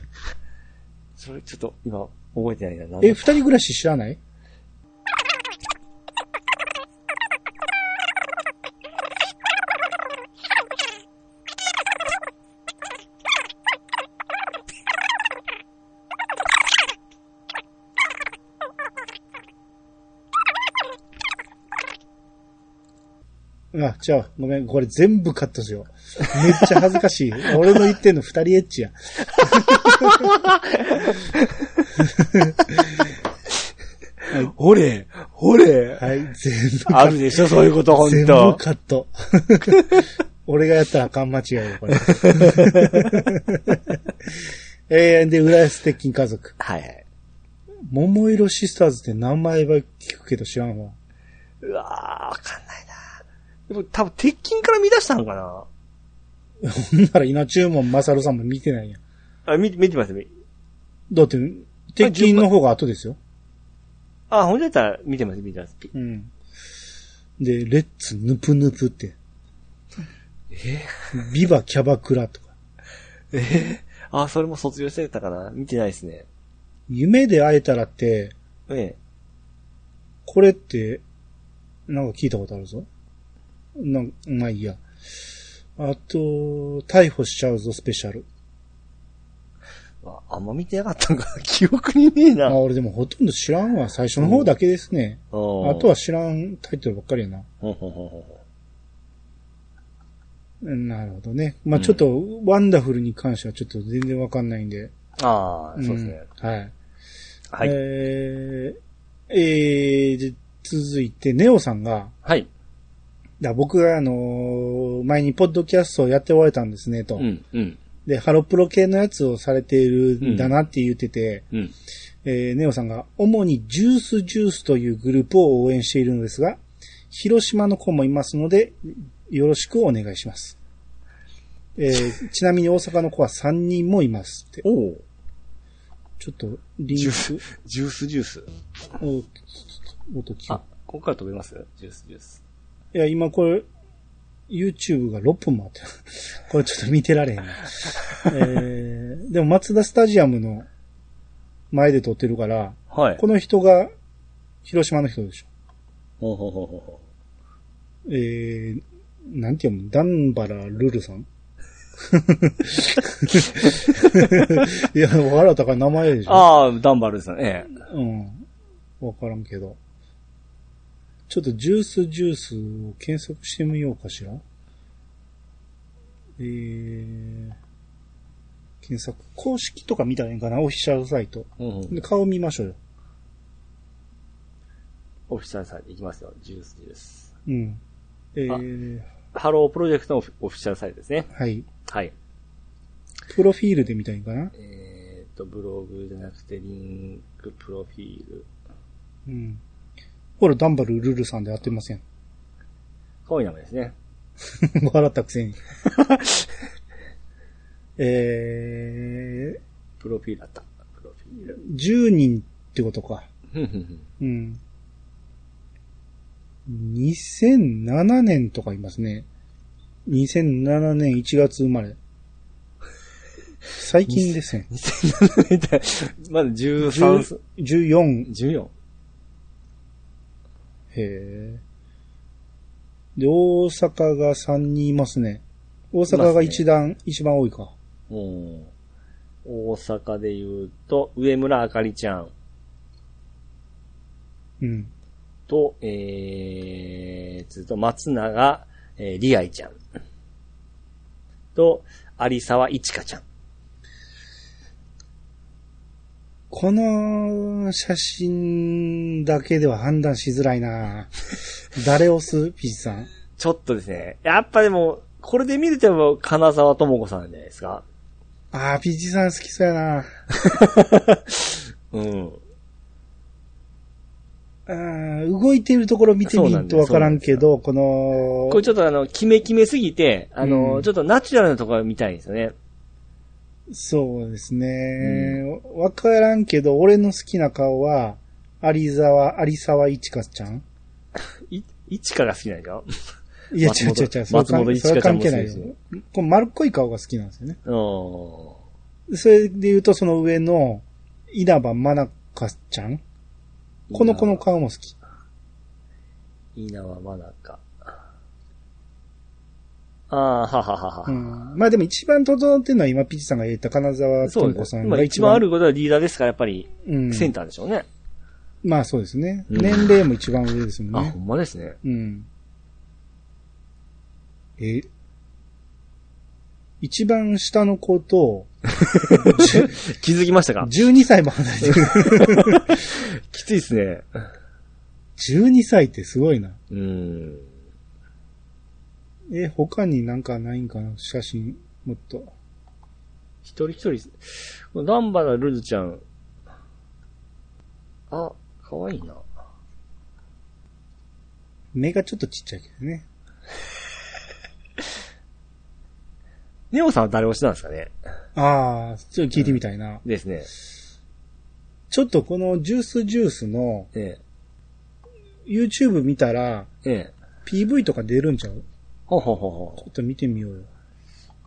Speaker 2: それちょっと今覚えてないな。なんだ
Speaker 1: え、二人暮らし知らないあ、違う。ごめん。これ全部カットしよう。めっちゃ恥ずかしい。俺の言ってんの二人エッチや。
Speaker 2: ほれほれ
Speaker 1: はい、全部
Speaker 2: あるでしょ、そういうこと、ほん
Speaker 1: 全部
Speaker 2: と。
Speaker 1: カット。 俺がやったらあかん間違いよ、これ。 えー、で、浦安鉄筋家族。
Speaker 2: はいはい。
Speaker 1: 桃色シスターズって名前は聞くけど知らんわ。
Speaker 2: うわー、わかんないなでも多分、鉄筋から見出したのかな
Speaker 1: ほんなら稲中門マサルさんも見てないやん。
Speaker 2: あ、見、見てます、見
Speaker 1: だって、鉄筋の方が後ですよ。
Speaker 2: あ、ほんとやったら見てます、見てます。ピ
Speaker 1: うん。で、レッツヌプヌプって。えビバキャバクラとか。
Speaker 2: えーあ、それも卒業してたかな見てないですね。
Speaker 1: 夢で会えたらって、
Speaker 2: え
Speaker 1: これって、なんか聞いたことあるぞ。なんまあいいや。あと、逮捕しちゃうぞスペシャル。
Speaker 2: えああんま見てなかったんかな 記憶にねえな。
Speaker 1: まあ俺でもほとんど知らんわ。最初の方だけですね。
Speaker 2: あと
Speaker 1: あとは、知らんタイトルばっかりやな。
Speaker 2: ほんほんほんほん
Speaker 1: うんなるほどね。まあ
Speaker 2: うん
Speaker 1: ちょっと、ワンダフルに関してはちょっと全然わかんないんで。
Speaker 2: ああ、そうですね。
Speaker 1: うんはい。
Speaker 2: はい。
Speaker 1: えー、えーで続いて、ネオさんが、
Speaker 2: はい。
Speaker 1: だ僕があのー前にポッドキャストをやっておられたんですね、と。
Speaker 2: うん、うん、
Speaker 1: で、ハロプロ系のやつをされているんだなって言ってて、
Speaker 2: うん。
Speaker 1: えーネオさんが、主にジュースジュースというグループを応援しているのですが、広島の子もいますので、よろしくお願いします。え ーちなみに大阪の子は3人もいますって。
Speaker 2: おお。
Speaker 1: ちょっと、リン
Speaker 2: ジュー
Speaker 1: ク
Speaker 2: ス、ジュース、ジュース。
Speaker 1: を、音聞
Speaker 2: あ
Speaker 1: こ、
Speaker 2: ここから飛べますジュース、ジュース。
Speaker 1: ういや、今これ、YouTube が6分もあってる、 これちょっと見てら れへんな。えーでも松田スタジアムの前で撮ってるから、
Speaker 2: はい。
Speaker 1: この人が、広島の人でしょ。
Speaker 2: ほうほうほうほうほ
Speaker 1: えー、なんて読むダンバラルルさん いや、笑ったから名前でし
Speaker 2: う。
Speaker 1: ょ。
Speaker 2: ああ、ダンバルですね。え
Speaker 1: うん。わからんけど。ちょっとジュースジュースを検索してみようかしら。えー、検索。公式とか見たらいいんかなオフィシャルサイト。
Speaker 2: え。うんうん
Speaker 1: で顔見ましょうよ。
Speaker 2: オフィシャルサイトいきますよ。ジュース、ジュース。
Speaker 1: うん。えー、
Speaker 2: ハロープロジェクトのオフオフィシャルサイトですね。
Speaker 1: はい。
Speaker 2: はい。
Speaker 1: プロフィールで見たらいいんかな
Speaker 2: えーっと、ブログじゃなくて、リンク、プロフィール。
Speaker 1: うん。ほら、ダンバルルルさんで合ってません。
Speaker 2: かわいい名前ですね。
Speaker 1: 笑ったくせに。 え
Speaker 2: プロフィールあった。プロフィール。
Speaker 1: ー、10人ってことか。
Speaker 2: ふんふんふ
Speaker 1: う
Speaker 2: ん
Speaker 1: ん。2007年とかいますね。2007年1月生まれ。最近ですね。
Speaker 2: 2007年代まだ13す、
Speaker 1: 14。
Speaker 2: 14。
Speaker 1: へえ。で、大阪が3人いますね。大阪が一段、一番多いか。
Speaker 2: うん。大阪で言うと、上村あかりちゃん
Speaker 1: うん。
Speaker 2: と、えー、つうと、松永、えー、りあいちゃん。と、有沢いちかちゃん。
Speaker 1: この写真だけでは判断しづらいな誰押すピーチさん。
Speaker 2: ちょっとですね。やっぱでも、これで見るともう金沢智子さんじゃないですか。
Speaker 1: あー、ピーチさん好きそうやな
Speaker 2: うん。
Speaker 1: あー動いてるところ見てみ
Speaker 2: そうなんん
Speaker 1: と
Speaker 2: です
Speaker 1: わからんけど、こ
Speaker 2: これ
Speaker 1: の、
Speaker 2: ちょっとあの、キメキメすぎて、あの、
Speaker 1: うん
Speaker 2: ちょっとナチュラルなところが見たいんですよね。
Speaker 1: そうですね。わ、からんけど、俺の好きな顔は、有沢、有沢いちかちゃん
Speaker 2: い、いちかが好きなんでしょ
Speaker 1: いや、
Speaker 2: 松
Speaker 1: 違う違う違う。
Speaker 2: 本
Speaker 1: それは関
Speaker 2: 松本い
Speaker 1: そ
Speaker 2: ち
Speaker 1: れ
Speaker 2: か
Speaker 1: は
Speaker 2: ち
Speaker 1: 関
Speaker 2: ゃんも
Speaker 1: 係ない
Speaker 2: そうです
Speaker 1: よ。この丸っこい顔が好きなんですよね。
Speaker 2: うん。
Speaker 1: それで言うと、その上の、稲葉真中ちゃんこの子の顔も好き。
Speaker 2: 稲はまだか。ああ、はははは。
Speaker 1: うんまあでも一番整ってるのは今ピチさんが言った金沢
Speaker 2: そう
Speaker 1: 健
Speaker 2: で
Speaker 1: 子
Speaker 2: す
Speaker 1: さ
Speaker 2: ね。
Speaker 1: ん
Speaker 2: 今
Speaker 1: が
Speaker 2: 一番あることはリーダーですから、やっぱり、
Speaker 1: うん、
Speaker 2: センターでしょうね。
Speaker 1: まあそうですね。
Speaker 2: うん
Speaker 1: 年齢も一番上ですも
Speaker 2: あ、
Speaker 1: ん
Speaker 2: ほ
Speaker 1: ね。
Speaker 2: んまですね。
Speaker 1: うん。え、一番下の子 と、
Speaker 2: 気づきましたか
Speaker 1: 12歳も離れてる。
Speaker 2: きついですね。
Speaker 1: 12歳ってすごいな。
Speaker 2: うーん。
Speaker 1: え、他になんかないんかな写真、もっと。
Speaker 2: 一人一人、このダンバラルズちゃん。あ、かわいいな。
Speaker 1: 目がちょっとちっちゃいけどね。
Speaker 2: ネオさんは誰推しなんですかね
Speaker 1: ああ、ちょっと聞いてみたいな。
Speaker 2: ですね。
Speaker 1: ちょっとこのジュースジュースの
Speaker 2: え
Speaker 1: YouTube 見たら
Speaker 2: え。ええ。
Speaker 1: PV とか出るんちゃう
Speaker 2: ほうほうほうほう
Speaker 1: ちょ。っと見てみようよ。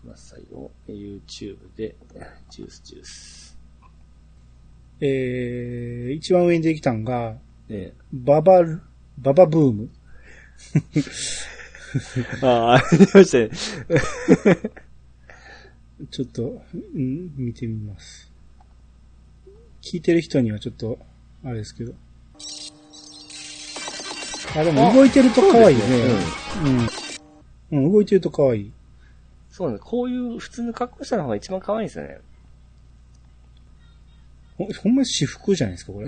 Speaker 2: くださいよ。YouTube で、ジュースジュース。
Speaker 1: えー、一番上にできたんが、
Speaker 2: え
Speaker 1: ババ、ババブーム。
Speaker 2: え。ああ、ありましたね。
Speaker 1: ちょっと、うん、見てみます。聞いてる人にはちょっと、あれですけど。あ、でも動いてると可愛いね。うん、うん。動いてると可愛い。
Speaker 2: そうなんです。こういう普通の格好したのが一番可愛いんですよね。
Speaker 1: ほほんま私服じゃないですか、これ。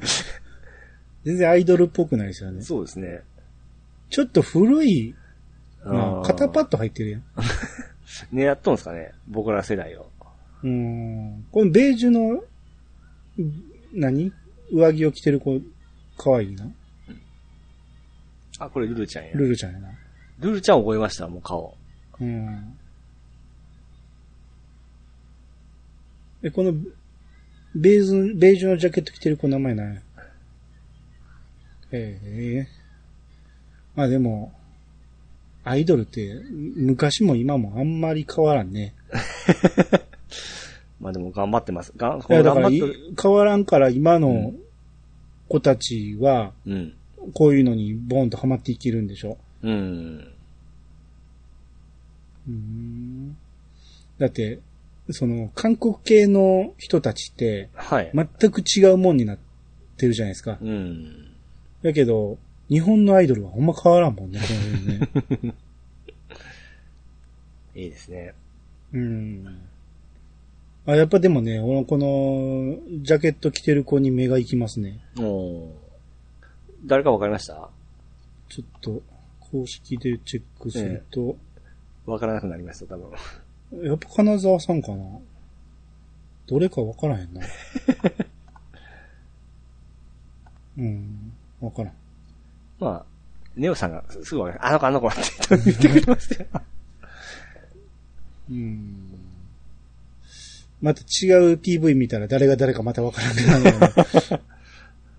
Speaker 1: 全然アイドルっぽくないですよね。
Speaker 2: そうですね。
Speaker 1: ちょっと古い、まあ、肩パ
Speaker 2: ッ
Speaker 1: ッド入ってるやん。
Speaker 2: 狙っとんですかね僕ら世代を。
Speaker 1: うーん。このベージュの、ん何上着を着てる子、可愛いな。
Speaker 2: あ、これルルちゃんや。
Speaker 1: ルルちゃんやな。
Speaker 2: ルルちゃん覚えました、もう顔。
Speaker 1: うん。え、この、ベージュ、ベージュのジャケット着てる子名前なんやええまあでも、アイドルって、昔も今もあんまり変わらんね。
Speaker 2: まあでも頑張ってます。がん、
Speaker 1: いや、だから
Speaker 2: 頑
Speaker 1: い
Speaker 2: 張ってる。
Speaker 1: 変わらんから今
Speaker 2: う
Speaker 1: の子たちは、
Speaker 2: うん。
Speaker 1: こういうのにボンとハマっていけるんでしょ。
Speaker 2: うん。
Speaker 1: うんだって、その、韓国系の人たちって、
Speaker 2: はい。
Speaker 1: 全く違うもんになってるじゃないですか。
Speaker 2: うん。
Speaker 1: だけど、日本のアイドルはほんま変わらんもんね。この辺ね
Speaker 2: いいですね。
Speaker 1: うん。あ、やっぱでもね、俺のこの、ジャケット着てる子に目が行きますね。
Speaker 2: おー誰かわかりました
Speaker 1: ちょっと、公式でチェックすると、
Speaker 2: わからなくなりました、多分。
Speaker 1: やっぱ金沢さんかなどれかわからへん な。うん、わからん。
Speaker 2: まあ、ネオさんがすぐわかる。あの子あの子って言ってくれましたよ。
Speaker 1: うん。また違う PV 見たら誰が誰かまたわからなく なるよね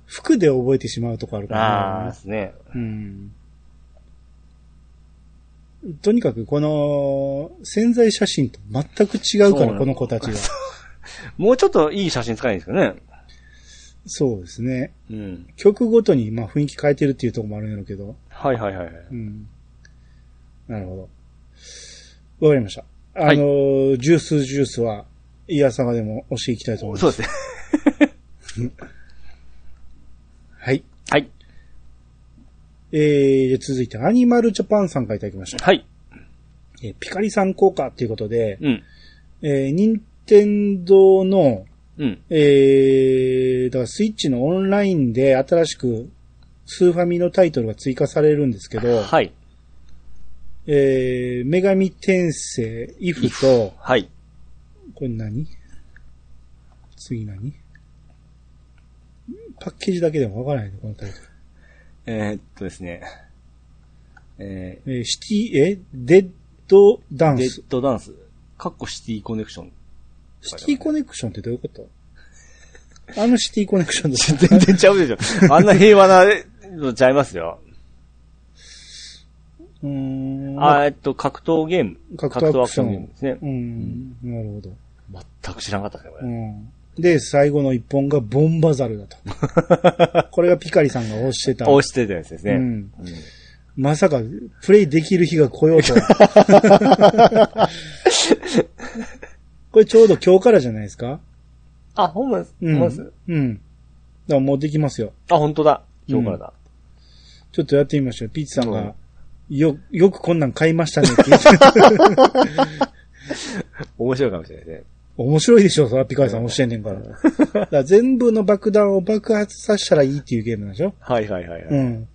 Speaker 1: 服で覚えてしまうとこあるから
Speaker 2: ああ、ですね。
Speaker 1: うん。とにかくこの潜在写真と全く違う
Speaker 2: そう
Speaker 1: か
Speaker 2: な
Speaker 1: ら、
Speaker 2: の
Speaker 1: この子たちが。
Speaker 2: もうちょっといい写真使えないんですよね。
Speaker 1: そうですね。
Speaker 2: うん。
Speaker 1: 曲ごとにまあ雰囲気変えてるっていうところもあるんやろうけど。
Speaker 2: はいはいはいはい。
Speaker 1: うん。なるほど。わかりました。あのージュースジュースは、イヤサガでも押していきたいと思います。
Speaker 2: そうですね。
Speaker 1: はい。
Speaker 2: はい。
Speaker 1: えー、続いて、アニマルジャパンさんからいただきました。
Speaker 2: はい。
Speaker 1: えーピカリさん効果ということで、
Speaker 2: うん。
Speaker 1: えー、任天堂の、
Speaker 2: うん。
Speaker 1: えー、だからスイッチのオンラインで新しく、スーファミのタイトルが追加されるんですけど、
Speaker 2: はい。
Speaker 1: えー、女神転生、イフと、
Speaker 2: はい。
Speaker 1: これ何次何パッケージだけでもわからないね、このタイト
Speaker 2: えー、っとですね。え
Speaker 1: ル。えー、シティ、えデッドダ
Speaker 2: ー、
Speaker 1: ン
Speaker 2: デ
Speaker 1: ス
Speaker 2: ッ。ドダンス。カッコシティコネクション。
Speaker 1: シティコネクションってどういうことあのシティコネクションです。
Speaker 2: 全然ちゃうでしょ。あんな平和なのちゃいますよ。
Speaker 1: うーん。
Speaker 2: あーえっと、格闘ゲーム。
Speaker 1: 格闘ア
Speaker 2: ア
Speaker 1: ク
Speaker 2: ク
Speaker 1: シ
Speaker 2: シ
Speaker 1: ョ
Speaker 2: ョ
Speaker 1: ン
Speaker 2: ンゲームですね
Speaker 1: う。ん。なるほど。
Speaker 2: 全く知らなかったですね、こ
Speaker 1: うん。
Speaker 2: れ。
Speaker 1: で、最後の一本がボンバザルだ と。これがピカリさんが推してた。
Speaker 2: 押してたやつですね。
Speaker 1: うん
Speaker 2: うん
Speaker 1: まさか、プレイできる日が来ようと は。これちょうど今日からじゃないですか
Speaker 2: あ、ほんまです。
Speaker 1: う
Speaker 2: ほん
Speaker 1: ん。
Speaker 2: ま
Speaker 1: う
Speaker 2: です。
Speaker 1: ん。だからもうできますよ。
Speaker 2: あ、本当だ。今日からだ。
Speaker 1: ちょっとやってみましょう。ピッチさんがよ、よくこんなん買いましたねって言っ て。
Speaker 2: 面白いかもしれないですね。
Speaker 1: 面白いでしょ、そらピカイさん教えんねんから。だから全部の爆弾を爆発させたらいいっていうゲームなんでしょ
Speaker 2: はいはいはい、はい
Speaker 1: うん。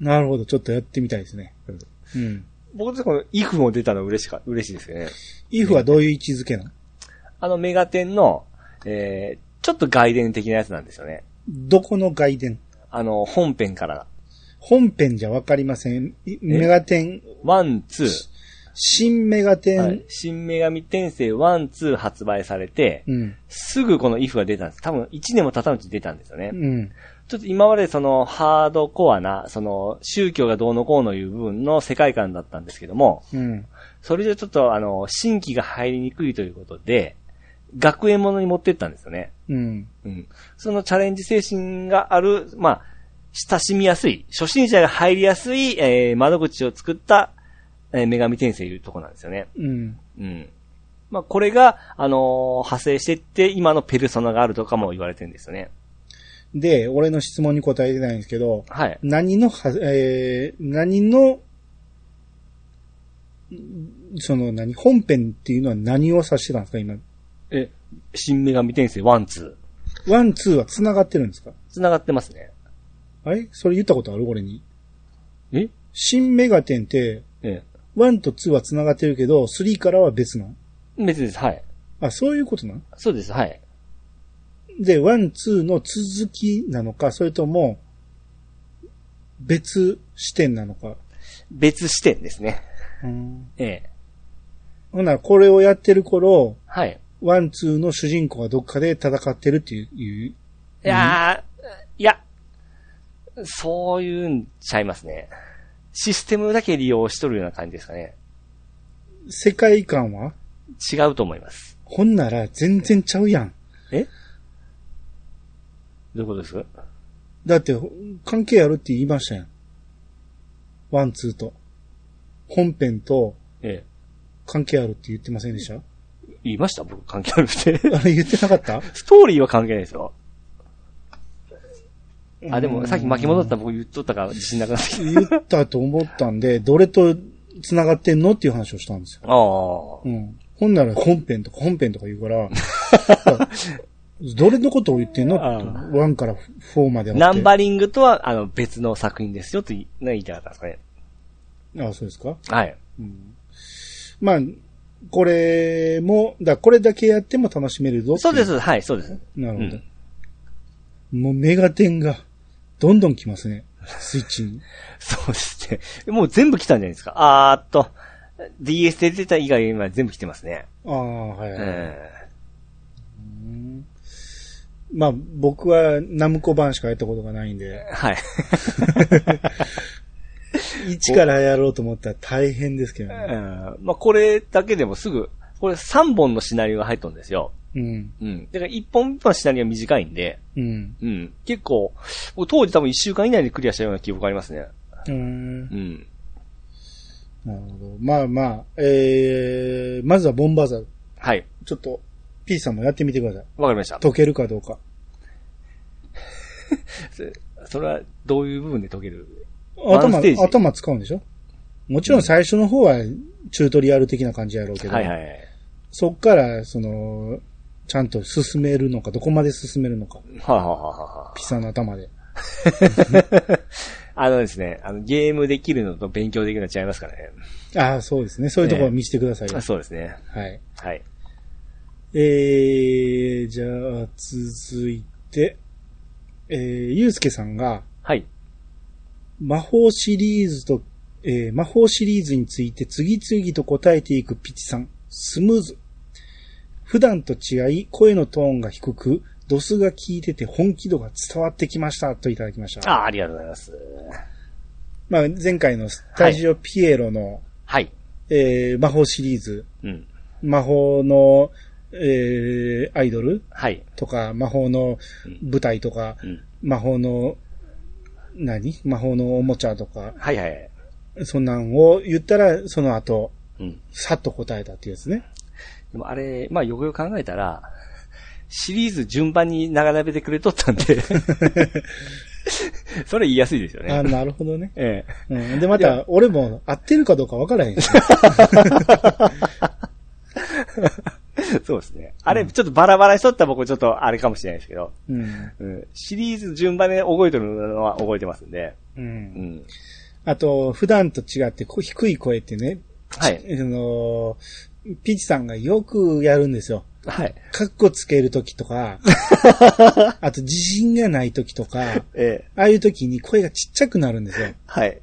Speaker 1: なるほど、ちょっとやってみたいですね。うん。
Speaker 2: 僕たちこの if も出たの嬉しか、嬉しいですよね。
Speaker 1: イフはどういう位置づけなの
Speaker 2: あのメガテンの、えー、ちょっと外伝的なやつなんですよね。
Speaker 1: どこの外伝
Speaker 2: あの、本編から。
Speaker 1: 本編じゃわかりません。いメガテン、
Speaker 2: ワン、ツー。
Speaker 1: 新メガテン、
Speaker 2: はい、新女神転生1、2発売されて、
Speaker 1: うん。
Speaker 2: すぐこの if が出たんです。多分1年も経たんうちに出たんですよね。
Speaker 1: うん。
Speaker 2: ちょっと今までそのハードコアな、その宗教がどうのこうのいう部分の世界観だったんですけども、
Speaker 1: うん。
Speaker 2: それじゃちょっとあの、新規が入りにくいということで、学園ものに持ってったんですよね。
Speaker 1: うん。
Speaker 2: うん。そのチャレンジ精神がある、まあ、親しみやすい、初心者が入りやすい、えー、窓口を作った、えー、女神転生いうとこなんですよね。
Speaker 1: うん。
Speaker 2: うん。まあ、これが、あのー派生してって、今のペルソナがあるとかも言われてるんですよね。
Speaker 1: で、俺の質問に答えてないんですけど、
Speaker 2: はい。
Speaker 1: 何のは、えー、何の、んその何、本編っていうのは何を指してたんですか、今。
Speaker 2: え、新女神転生1、2。
Speaker 1: ワン、ツーは繋がってるんですか
Speaker 2: 繋がってますね。
Speaker 1: あれそれ言ったことある俺に。
Speaker 2: え
Speaker 1: 新メガテンって、
Speaker 2: え
Speaker 1: ワンとツーは繋がってるけど、スリーからは別なん。
Speaker 2: え。別です。はい。
Speaker 1: あ、そういうことなん
Speaker 2: そうです。はい。
Speaker 1: で、ワン、ツーの続きなのか、それとも、別視点なのか。
Speaker 2: 別視点ですね。
Speaker 1: うん
Speaker 2: ええ。
Speaker 1: ほんなら、これをやってる頃、
Speaker 2: はい。
Speaker 1: ワン、ツーの主人公がどっかで戦ってるっていう、いう
Speaker 2: いやー、いや、そういうんちゃいますね。システムだけ利用しとるような感じですかね。
Speaker 1: 世界観は
Speaker 2: 違うと思います。
Speaker 1: ほんなら、全然ちゃうやん。
Speaker 2: どういうことです
Speaker 1: だって、関係あるって言いましたやん。ワン、ツーと。本編と
Speaker 2: え
Speaker 1: 関係あるって言ってませんでした
Speaker 2: え。言いました僕関係なくて。
Speaker 1: あれ言ってなかった
Speaker 2: ストーリーは関係ないですよ。あ、でもさっき巻き戻った僕言っとったから自信なくなってきた。
Speaker 1: 言ったと思ったんで、どれと繋がってんのっていう話をしたんですよ。
Speaker 2: ああ。
Speaker 1: うん。ほんなら本編とか本編とか言う から、どれのことを言ってんの
Speaker 2: あ
Speaker 1: ワンからフォーまであって。
Speaker 2: ナンバリングとは、あの、別の作品ですよと言いね言いたかったんですかね。
Speaker 1: あ、そうですか。
Speaker 2: はい。
Speaker 1: まあ、これも、だこれだけやっても楽しめるぞってい
Speaker 2: そうです。はい、そうです。
Speaker 1: なるほど。もうメガテンが、どんどん来ますね。スイッチに。
Speaker 2: そうですね。もう全部来たんじゃないですか。あーっと、DS で出た以外今全部来てますね。
Speaker 1: ああ、はい、はい
Speaker 2: え
Speaker 1: まあ、僕はナムコ版しかやったことがないんで、
Speaker 2: えはい。
Speaker 1: 一からやろうと思ったら大変ですけど
Speaker 2: う
Speaker 1: ね。
Speaker 2: んまあ、これだけでもすぐ、これ3本のシナリオが入ったんですよ。
Speaker 1: うん。
Speaker 2: うん。だから1本1本のシナリオは短いんで、
Speaker 1: うん。
Speaker 2: うん。結構、僕当時多分1週間以内でクリアしたような記憶がありますね。
Speaker 1: うん。
Speaker 2: うん。
Speaker 1: なるほど。まあまあ、えー、まずはボンバーザー。
Speaker 2: はい。
Speaker 1: ちょっと、P さんもやってみてください。
Speaker 2: わかりました。
Speaker 1: 解けるかどうか。
Speaker 2: それはどういう部分で解けるワン
Speaker 1: 頭
Speaker 2: ステージ、
Speaker 1: 頭使うんでしょもちろん最初の方はチュートリアル的な感じやろうけど、
Speaker 2: はいはいはい。
Speaker 1: そっから、その、ちゃんと進めるのか、どこまで進めるのか、
Speaker 2: はあ、はあはあはあ、
Speaker 1: P さんの頭で。
Speaker 2: あのですね、あの、ゲームできるのと勉強できるのは違いますからね。
Speaker 1: ああ、そうですね。そういうところを見せてくださいよ、
Speaker 2: そうですね。
Speaker 1: はい。
Speaker 2: はい。
Speaker 1: えー、じゃあ、続いて、えー、ゆうすけさんが、
Speaker 2: はい。
Speaker 1: 魔法シリーズと、えー魔法シリーズについて次々と答えていくピチさん。スムーズ。普段と違い、声のトーンが低く、ドスが効いてて本気度が伝わってきました。といただきました。
Speaker 2: ああ、ありがとうございます。
Speaker 1: まあ、前回のスタジオピエロの、
Speaker 2: はい。
Speaker 1: えー魔法シリーズ、
Speaker 2: うん。
Speaker 1: 魔法の、えーアイドル
Speaker 2: はい。
Speaker 1: とか、魔法の舞台とか、
Speaker 2: うん。
Speaker 1: 魔法の、何魔法のおもちゃとか、
Speaker 2: はいはい。
Speaker 1: そんなんを言ったら、その後、
Speaker 2: うん。
Speaker 1: さっと答えたっていうやつね。
Speaker 2: でもあれ、まあよくよく考えたら、シリーズ順番に長並べてくれとったんで、 それ言いやすいですよ
Speaker 1: あ、
Speaker 2: ね。
Speaker 1: なるほどね。
Speaker 2: ええ。
Speaker 1: うん。で、また、俺も合ってるかどうかわからへんし。
Speaker 2: そうですね。あれ、ちょっとバラバラにしとったら僕ちょっとあれかもしれないですけど、
Speaker 1: うん。
Speaker 2: うん、シリーズ順番で覚えてるのは覚えてますんで、
Speaker 1: う。
Speaker 2: うんん。
Speaker 1: あと、普段と違って、こ低い声ってね、
Speaker 2: はい。
Speaker 1: あのー、ピチさんがよくやるんですよ。
Speaker 2: はい。
Speaker 1: カッコつけるときとか、あと自信がないときとか、あ
Speaker 2: ええ。
Speaker 1: あいうときに声がちっちゃくなるんですよ。
Speaker 2: はい。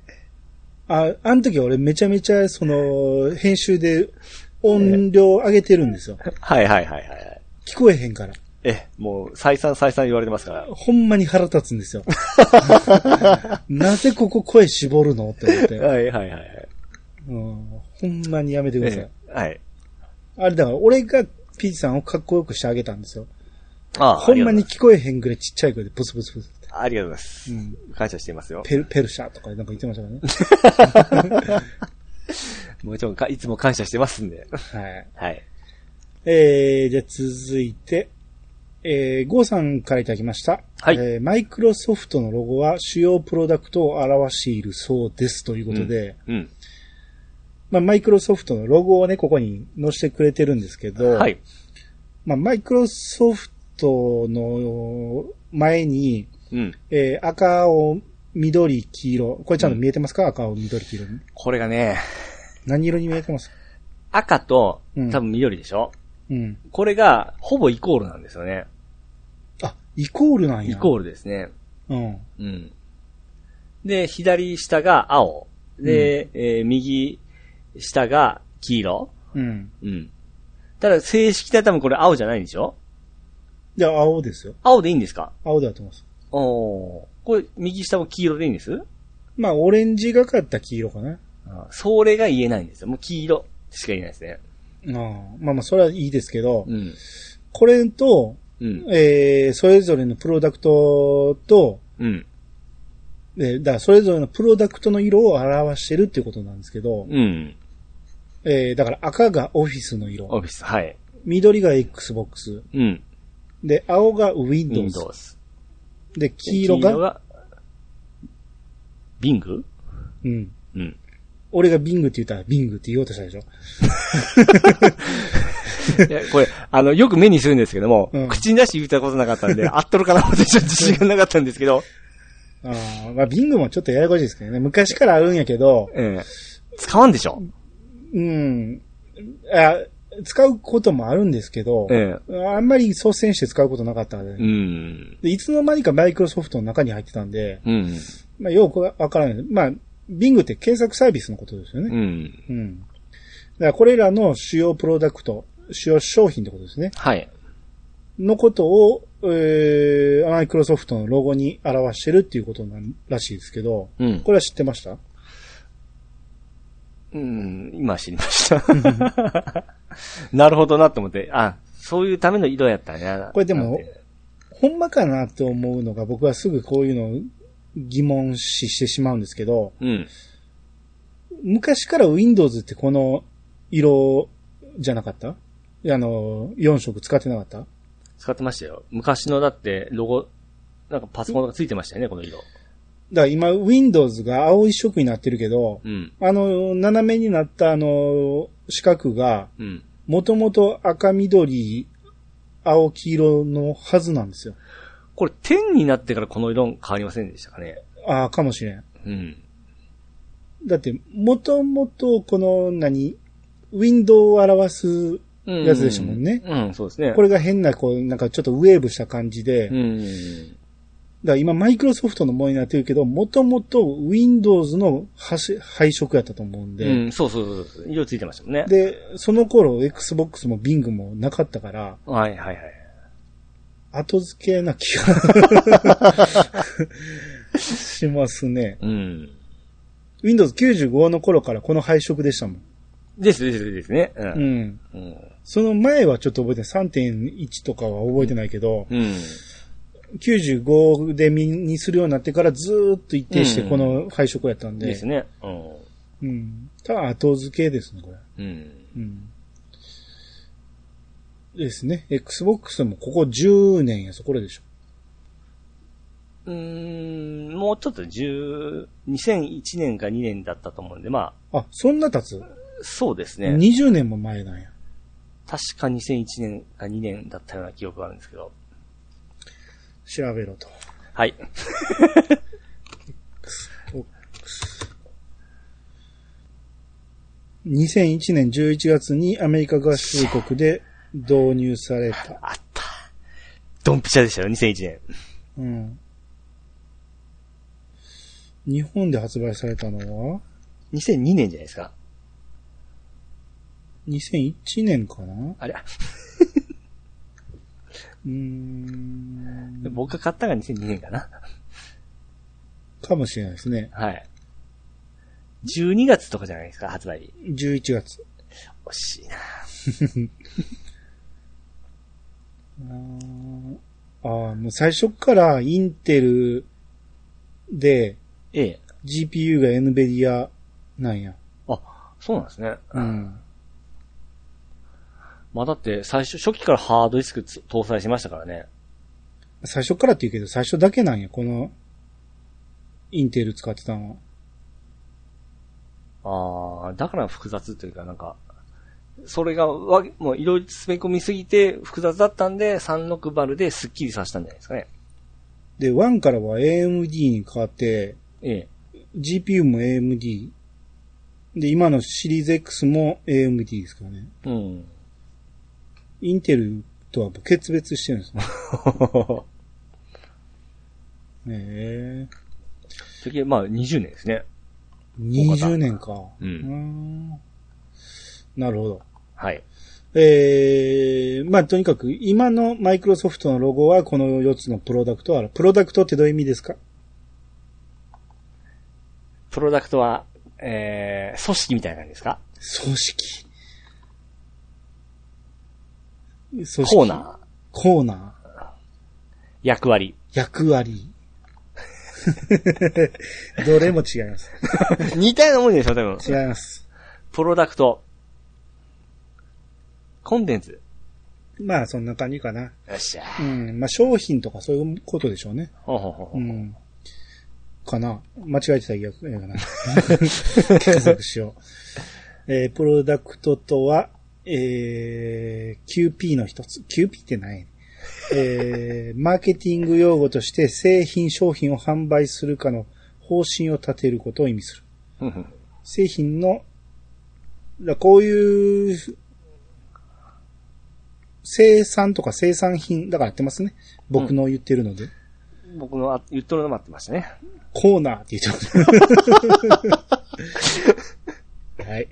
Speaker 1: あ、あの時俺めちゃめちゃ、その、編集で音量上げてるんですよ。
Speaker 2: はいはいはいはい。
Speaker 1: 聞こえへんから。
Speaker 2: ええ、もう再三再三言われてますから。
Speaker 1: ほんまに腹立つん ですよ。なぜここ声絞るのって思 って、
Speaker 2: はいはいはいはい。
Speaker 1: うん。ほんまにやめてください
Speaker 2: え。えはい。
Speaker 1: あれだから俺がピーチさんをかっこよくしてあげたんですよ。
Speaker 2: ああ、
Speaker 1: ほんまに
Speaker 2: ありがとうご
Speaker 1: 聞
Speaker 2: ざい
Speaker 1: こえへんぐらいちっちゃい声でブツブツブツって。
Speaker 2: ます。ありがとうございます。
Speaker 1: うん
Speaker 2: 感謝していますよ。
Speaker 1: ペル、ペルシャとかなんか言ってましたからね。
Speaker 2: もちろんか、いつも感謝してますんで。
Speaker 1: はい。
Speaker 2: はい。
Speaker 1: えー、じゃあ続いて、えー、ゴーさんからいただきました。
Speaker 2: はい
Speaker 1: えーマイクロソフトのロゴは主要プロダクトを表しているそうですということで、
Speaker 2: うん。
Speaker 1: まあ、マイクロソフトのロゴをね、ここに載せてくれてるんですけど、
Speaker 2: はい。
Speaker 1: まあ、マイクロソフトの前に、
Speaker 2: うん。
Speaker 1: えー赤を緑、黄色。これちゃんと見えてますか、赤を緑、黄色に。
Speaker 2: これがね、
Speaker 1: 何色に見えてます
Speaker 2: 赤と
Speaker 1: うん
Speaker 2: 多分緑でしょ、
Speaker 1: うん。
Speaker 2: これがほぼイコールなんですよね。
Speaker 1: あ、イコールなんや。
Speaker 2: イコ
Speaker 1: ー
Speaker 2: ールですね。
Speaker 1: ル。うん。
Speaker 2: うん。で、左下が青。で、えー右下が黄色。
Speaker 1: うん。
Speaker 2: うん。ただ正式では多分これ青じゃないんでしょ
Speaker 1: じゃあ、青ですよ。
Speaker 2: 青でいいんですか
Speaker 1: 青だと思います。
Speaker 2: おーこれ右下も黄色でいいんです
Speaker 1: まあ、オレンジがかった黄色かな。
Speaker 2: あそれが言えないんですよ。もう黄色しか言えないですね。
Speaker 1: ああまあまあ、それはいいですけど、
Speaker 2: うん。
Speaker 1: これと、
Speaker 2: うん。
Speaker 1: えー、それぞれのプロダクトと、
Speaker 2: うん。
Speaker 1: えーだからそれぞれのプロダクトの色を表してるっていうことなんですけど、
Speaker 2: うん。
Speaker 1: えー、だから赤がオフィスの色、
Speaker 2: オフィス、はい。
Speaker 1: 緑が Xbox、
Speaker 2: うん。
Speaker 1: で、青が Windows、
Speaker 2: Windows。
Speaker 1: で、黄色が、
Speaker 2: ビング
Speaker 1: うん。
Speaker 2: うん。
Speaker 1: 俺がビングって言ったらビングって言おうとしたでしょ。
Speaker 2: いやこれ、あの、よく目にするんですけども、
Speaker 1: うん
Speaker 2: 口に出して言ったことなかった んで、合っとるかなってちょっと自信がなかったんですけど、
Speaker 1: ああまあ、ビングもちょっとややこしいですけどね。昔からあるんやけど、
Speaker 2: ええ使わんでしょ
Speaker 1: うん。あ使うこともあるんですけど、
Speaker 2: え
Speaker 1: あんまり率先して使うことなかったので,、
Speaker 2: えうん。
Speaker 1: で、いつの間にかマイクロソフトの中に入ってたんで、
Speaker 2: うん。
Speaker 1: まあ、よくわからない。まあ、Bing って検索サービスのことですよ
Speaker 2: う
Speaker 1: ね。
Speaker 2: ん。
Speaker 1: うん。だからこれらの主要プロダクト、主要商品ってことですね。
Speaker 2: はい。
Speaker 1: のことを、えー、マイクロソフトのロゴに表してるっていうことなんらしいですけど、
Speaker 2: うん
Speaker 1: こ。れは知ってました
Speaker 2: うん、今知りました。 なるほどなと思って、あ、そういうための色やったんやな。
Speaker 1: これでも
Speaker 2: なんて
Speaker 1: ほんまかなと思うのが僕はすぐこういうのを疑問視してしまうんですけど、
Speaker 2: うん。
Speaker 1: 昔から Windows ってこの色じゃなかったあの、4色使ってなかった
Speaker 2: 使ってましたよ。昔のだって、ロゴ、なんかパソコンがついてましたよね、この色。
Speaker 1: だから今 Windows が青一色になってるけど、
Speaker 2: うん。
Speaker 1: あの、斜めになったあの、四角が、
Speaker 2: うん。
Speaker 1: もともと赤緑、青黄色のはずなんですよ。
Speaker 2: これ、点になってからこの色変わりませんでしたかね。
Speaker 1: ああ、かもしれん。
Speaker 2: うん。
Speaker 1: だって、もともとこの何、ウィンドウを表すやつでしたもんね。
Speaker 2: うん、そうですね。
Speaker 1: これが変な、こう、なんかちょっとウェーブした感じで、
Speaker 2: う
Speaker 1: だか
Speaker 2: ん。
Speaker 1: ら今マイクロソフトのものになってるけど、もともと Windows の端配色やったと思うん
Speaker 2: う
Speaker 1: で、
Speaker 2: ん、そうそうそうそう。色ついてましたもんね。
Speaker 1: で、その頃 Xbox も Bing もなかったから、
Speaker 2: はいはいはい。
Speaker 1: 後付けな気が しますね。
Speaker 2: うん。
Speaker 1: Windows 95の頃からこの配色でしたもん。
Speaker 2: です、です、ですね。う。
Speaker 1: うんん。
Speaker 2: うん。
Speaker 1: その前はちょっと覚えてない。3.1とかは覚えてないけど、
Speaker 2: うん。
Speaker 1: 95で身にするようになってからずーっと一定して
Speaker 2: うん
Speaker 1: この配色やったんで、
Speaker 2: ですね。うん。
Speaker 1: うん。ただ後付けですね、これ。
Speaker 2: うん。
Speaker 1: うん。ですね。Xbox もここ10年やそこらでしょ。
Speaker 2: うーん、もうちょっと10、2001年か2年だったと思うんで、ま
Speaker 1: あ、そんな経つ、
Speaker 2: あ、そうですね。
Speaker 1: ?20 年も前なんや。
Speaker 2: 確か2001年か2年だったような記憶があるんですけど。
Speaker 1: 調べろと。
Speaker 2: はい。
Speaker 1: 2001年11月にアメリカ合衆国で導入された。
Speaker 2: あった。ドンピシャでしたよ、2001年。
Speaker 1: うん。日本で発売されたのは
Speaker 2: 2002年じゃないですか。
Speaker 1: 2001年かな
Speaker 2: あれ、
Speaker 1: うーん。
Speaker 2: 僕が買ったのが2002年かな。
Speaker 1: かもしれないですね。
Speaker 2: はい。12月とかじゃないですか、発売日。
Speaker 1: 11月。
Speaker 2: 惜しいな。
Speaker 1: あーあー、もう最初からインテルで
Speaker 2: ええ。
Speaker 1: GPU が NVIDIA なんや。
Speaker 2: あ、そうなんですね。
Speaker 1: うん。
Speaker 2: まあだって、最初、初期からハードディスクつ搭載しましたからね。
Speaker 1: 最初からって言うけど、最初だけなんや、この、インテル使ってたのは。
Speaker 2: ああ、だから複雑というか、なんか、それがわ、もういろいろ詰め込みすぎて複雑だったんで、360でスッキリさせたんじゃないですかね。
Speaker 1: で、1からは AMD に変わって、
Speaker 2: ええ。
Speaker 1: GPU も AMD。で、今のシリーズ X も AMD ですからね。
Speaker 2: うん。
Speaker 1: インテルとは決別してるん ですね。え
Speaker 2: 次、まあ20年ですね。
Speaker 1: え20年か。
Speaker 2: う。
Speaker 1: うんん。なるほど。
Speaker 2: はい。
Speaker 1: ええまあとにかく今のマイクロソフトのロゴはこの4つのプロダクトはある。プロダクトってどういう意味ですか
Speaker 2: プロダクトは、えー、組織みたいな感じですか
Speaker 1: 組織。組織
Speaker 2: コーナ。ー、
Speaker 1: コーナー。
Speaker 2: 役割。
Speaker 1: 役割。どれも違います。
Speaker 2: 似たようなもんでしょ、多分。
Speaker 1: 違います。
Speaker 2: プロダクト、コンテンツ。
Speaker 1: まあそんな感じかな。
Speaker 2: よっしゃ。
Speaker 1: うん。まあ商品とかそういうことでしょうね。
Speaker 2: ほうほうほうほ
Speaker 1: う。
Speaker 2: うん
Speaker 1: かな。間違えてたら逆やかな。継続しよう。えープロダクトとは、えー、QP の一つ。QP って何やねんえー、マーケティング用語として製品、商品を販売するかの方針を立てることを意味する。
Speaker 2: ふんふん
Speaker 1: 製品の、だからこういう、生産とか生産品、だからやってますね。僕の言ってるので。
Speaker 2: 僕のあ言っとるの待ってましたね。
Speaker 1: コーナーって言っちゃった。 はい。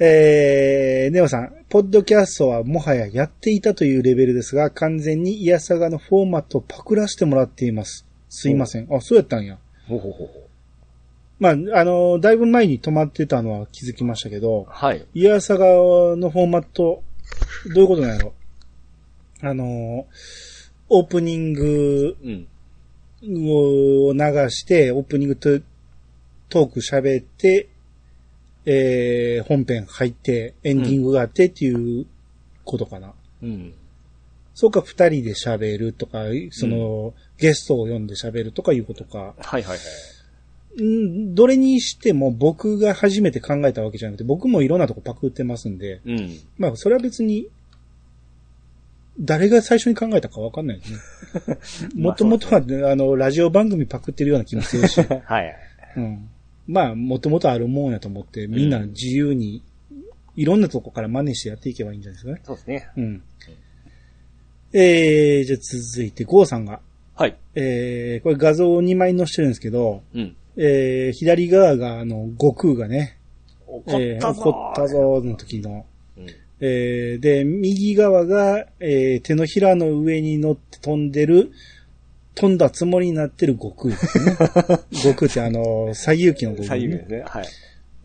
Speaker 1: えー、ネオさん、ポッドキャストはもはややっていたというレベルですが、完全にイヤサガのフォーマットをパクらせてもらっています。すいません。あ、そうやったんや。
Speaker 2: ほうほうほうほう。
Speaker 1: まあ、あの、だいぶ前に止まってたのは気づきましたけど、
Speaker 2: はい。
Speaker 1: イヤサガのフォーマット、どういうことなんやろあの、オープニング
Speaker 2: うん。
Speaker 1: を流して、オープニングとトーク喋って、えー、本編入って、エンディングがあってっていうことかな。
Speaker 2: うん。
Speaker 1: そうか、二人で喋るとか、その、ゲストを呼んで喋るとかいうことか。
Speaker 2: はいはいはい。
Speaker 1: うんどれにしても僕が初めて考えたわけじゃなくて、僕もいろんなとこパクってますんで、
Speaker 2: うん。
Speaker 1: まあ、それは別に、誰が最初に考えたかわかん ないですね。もともとは、あの、ラジオ番組パクってるような気もする し。
Speaker 2: はい。
Speaker 1: うん。まあ、もともとあるもんやと思って、みんな自由に、いろんなとこから真似してやっていけばいいんじゃないですかね。
Speaker 2: そうですね。
Speaker 1: うん。えー、じゃあ続いて、ゴーさんが。
Speaker 2: はい。
Speaker 1: えー、これ画像を2枚載せてるんですけど、
Speaker 2: うん。
Speaker 1: えー、左側が、あの、悟空がね、
Speaker 2: 怒
Speaker 1: えー怒ったぞーの時の、
Speaker 2: うん。
Speaker 1: えー、で、右側が、えー、手のひらの上に乗って飛んでる、飛んだつもりになってる悟空です ね。悟空ってあの、西遊記の悟空、ね。
Speaker 2: 左右ですね。はい。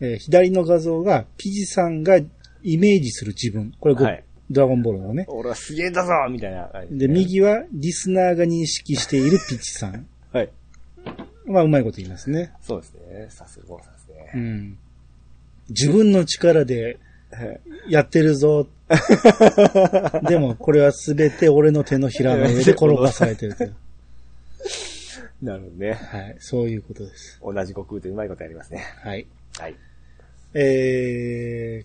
Speaker 1: えー左の画像が、ピジさんがイメージする自分。これ、ご
Speaker 2: はい
Speaker 1: ドラゴンボールのね。
Speaker 2: 俺はすげえんだぞみたいな感じ
Speaker 1: で、
Speaker 2: ね。
Speaker 1: 右は、リスナーが認識しているピチさん。
Speaker 2: はい。
Speaker 1: まあ、うまいこと言いますね。
Speaker 2: そうですね。さすがゴーさんです
Speaker 1: う
Speaker 2: ね。
Speaker 1: ん。自分の力で
Speaker 2: はい
Speaker 1: やってる ぞ。でも、これはすべて俺の手のひらの上で転がされてるという。
Speaker 2: なるほどね。
Speaker 1: はい。そういうことです。
Speaker 2: 同じ悟空でうまいことやりますね。
Speaker 1: はい。
Speaker 2: はい。
Speaker 1: えー、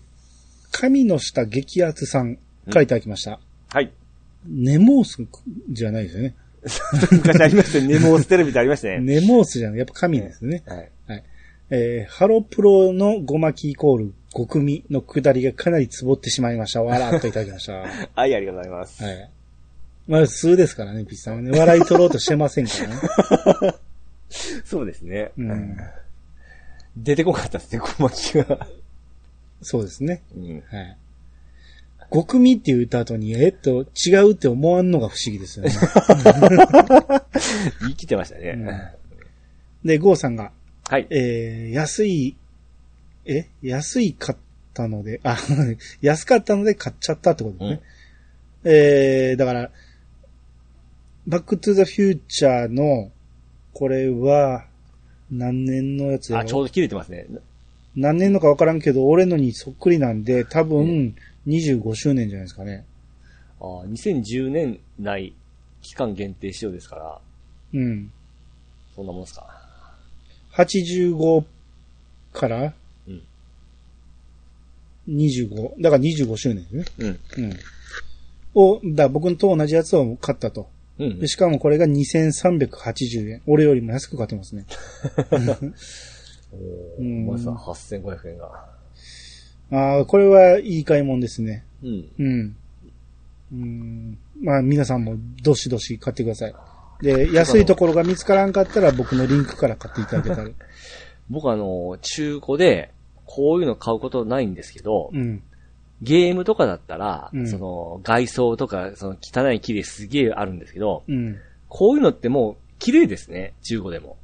Speaker 1: 神の下激アツさん、書いてあきました。
Speaker 2: はい。
Speaker 1: ネモースじゃないですよね。
Speaker 2: 昔ありました ね。ネモを捨てるみたいありましたね。
Speaker 1: ネモースじゃない、やっぱ神ですね。
Speaker 2: はい。
Speaker 1: えー、ハロプロのゴマキイコール5組の下りがかなりつぼってしまいました。笑っといただきました。は
Speaker 2: はい、ありがとうございます。
Speaker 1: い。まあ、普通ですからね、ピッチさんはね。笑い取ろうとしてませんからね。
Speaker 2: そうですね。
Speaker 1: うん。
Speaker 2: 出てこなかったですね、小牧が。
Speaker 1: そうですね。
Speaker 2: うん。
Speaker 1: はい。5組って言った後に、えっと、違うって思わんのが不思議ですよね。
Speaker 2: 言い切ってましたね。
Speaker 1: うんで、ゴーさんが、
Speaker 2: はい。
Speaker 1: えー、安い、え安い買ったので、あ、 安かったので買っちゃったってことですね。えー、だから、バックトゥザフューチャーの、これは、何年のやつや
Speaker 2: あ、ちょ
Speaker 1: ろ
Speaker 2: うど切れてますね。
Speaker 1: 何年のかわからんけど、俺のにそっくりなんで、多分、25周年じゃないですかね。
Speaker 2: あ2010年内期間限定仕様ですから、
Speaker 1: うん。
Speaker 2: そんなもんですか。
Speaker 1: 85から
Speaker 2: うん、
Speaker 1: 25、だから25周年ですね。
Speaker 2: うん。
Speaker 1: うん。を、だ僕と同じやつを買ったと。
Speaker 2: うん
Speaker 1: で。しかもこれが2380円。俺よりも安く買ってますね。
Speaker 2: お
Speaker 1: うん
Speaker 2: ー、まさ、8500円が。
Speaker 1: ああ、これはいい買い物ですね。
Speaker 2: うん。
Speaker 1: うん。うん。まあ皆さんもどしどし買ってください。で、安いところが見つからんかったら僕のリンクから買っていただけたら。
Speaker 2: 僕あの、中古で、こういうの買うことないんですけど、
Speaker 1: うん。
Speaker 2: ゲームとかだったら、
Speaker 1: うん
Speaker 2: その、外装とか、その、汚い綺麗すげえあるんですけど、
Speaker 1: うん。
Speaker 2: こういうのってもう、綺麗ですね、中古でも。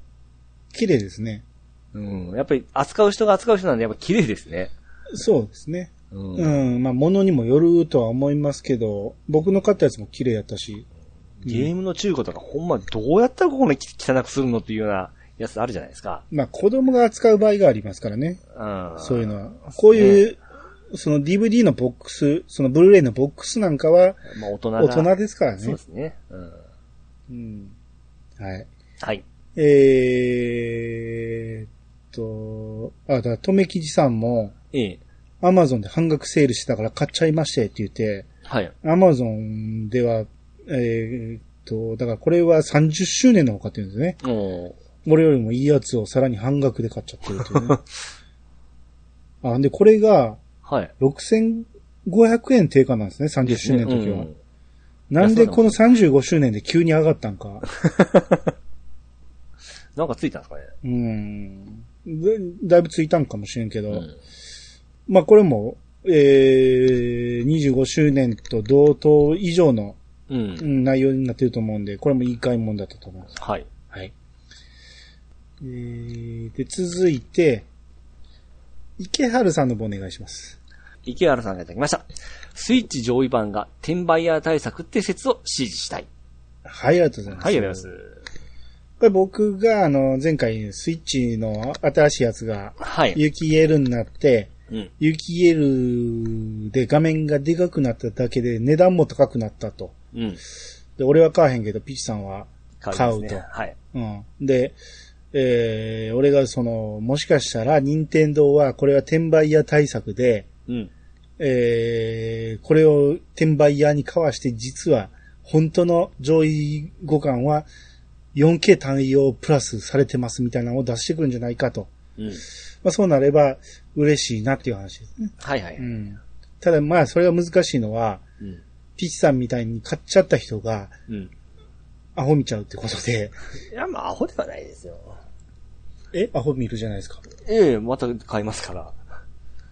Speaker 1: 綺麗ですね。
Speaker 2: うん。やっぱり、扱う人が扱う人なんで、やっぱ綺麗ですね。
Speaker 1: そうですね。
Speaker 2: うん。
Speaker 1: うん。まあ物にもよるとは思いますけど、僕の買ったやつも綺麗やったし。
Speaker 2: ゲームの中古とか、ほんま、どうやったらここまで汚くするのっていうような、やつあるじゃないですか。
Speaker 1: まあ子供が扱う場合がありますからね。
Speaker 2: うん。
Speaker 1: そういうのは。こういう、その DVD のボックス、そのブルーレイのボックスなんかは
Speaker 2: まあ、大人が。
Speaker 1: 大人ですから
Speaker 2: そう
Speaker 1: ね
Speaker 2: で。すね。うん。
Speaker 1: うんはい。
Speaker 2: はい。
Speaker 1: えーっと、あ、だから、とめきじさんも、
Speaker 2: ええ。
Speaker 1: アマゾンで半額セールしてたから買っちゃいましてって言って、
Speaker 2: はい。
Speaker 1: アマゾンでは、えーっと、だからこれは30周年の方買ってるんですね。
Speaker 2: もう、
Speaker 1: 俺よりもいいやつをさらに半額で買っちゃってると いうね。あ、で、これが、
Speaker 2: はい。
Speaker 1: 6500円定価なんですね、30周年の時は。
Speaker 2: うん
Speaker 1: なんでこの35周年で急に上がったん か。
Speaker 2: なんかついたんですかね。
Speaker 1: うん。でだいぶついたんかもしれんけど。
Speaker 2: うん
Speaker 1: まあこれも、えー、25周年と同等以上の
Speaker 2: う。
Speaker 1: うんん内容になってると思うんで、これもいい買い物だったと思います。
Speaker 2: はい。
Speaker 1: はい。えー、で、続いて、池原さんの方お願いします。
Speaker 2: 池原さんがいただきました。スイッチ上位版が転売ヤー対策って説を支持したい。
Speaker 1: はい、ありがとうございます。
Speaker 2: はい、ありがとうござい
Speaker 1: これ僕が、あの、前回、スイッチの新しいやつが、
Speaker 2: ます。はい。
Speaker 1: 雪エルになって、
Speaker 2: うん。
Speaker 1: 雪エルで画面がでかくなっただけで値段も高くなったと。
Speaker 2: うん。
Speaker 1: で、俺は買わへんけど、ピチさんは
Speaker 2: 買
Speaker 1: 買
Speaker 2: いま
Speaker 1: う
Speaker 2: す
Speaker 1: と。
Speaker 2: ねはい。
Speaker 1: うん。で、えー、俺がその、もしかしたら、任天堂は、これは転売屋対策で、
Speaker 2: うん。
Speaker 1: えー、これを転売屋に買わして、実は、本当の上位互換は、4K 対応プラスされてますみたいなのを出してくるんじゃないかと。
Speaker 2: うん。
Speaker 1: まあそうなれば嬉しいなっていう話ですね。。
Speaker 2: はいはいう
Speaker 1: ん。ただまあそれが難しいのは、
Speaker 2: うん。
Speaker 1: ピチさんみたいに買っちゃった人が
Speaker 2: うん。
Speaker 1: アホ見ちゃうってことで、
Speaker 2: いや、まあ、アホではないですよ。
Speaker 1: えアホ見るじゃないですか。
Speaker 2: ええ、また買いますから。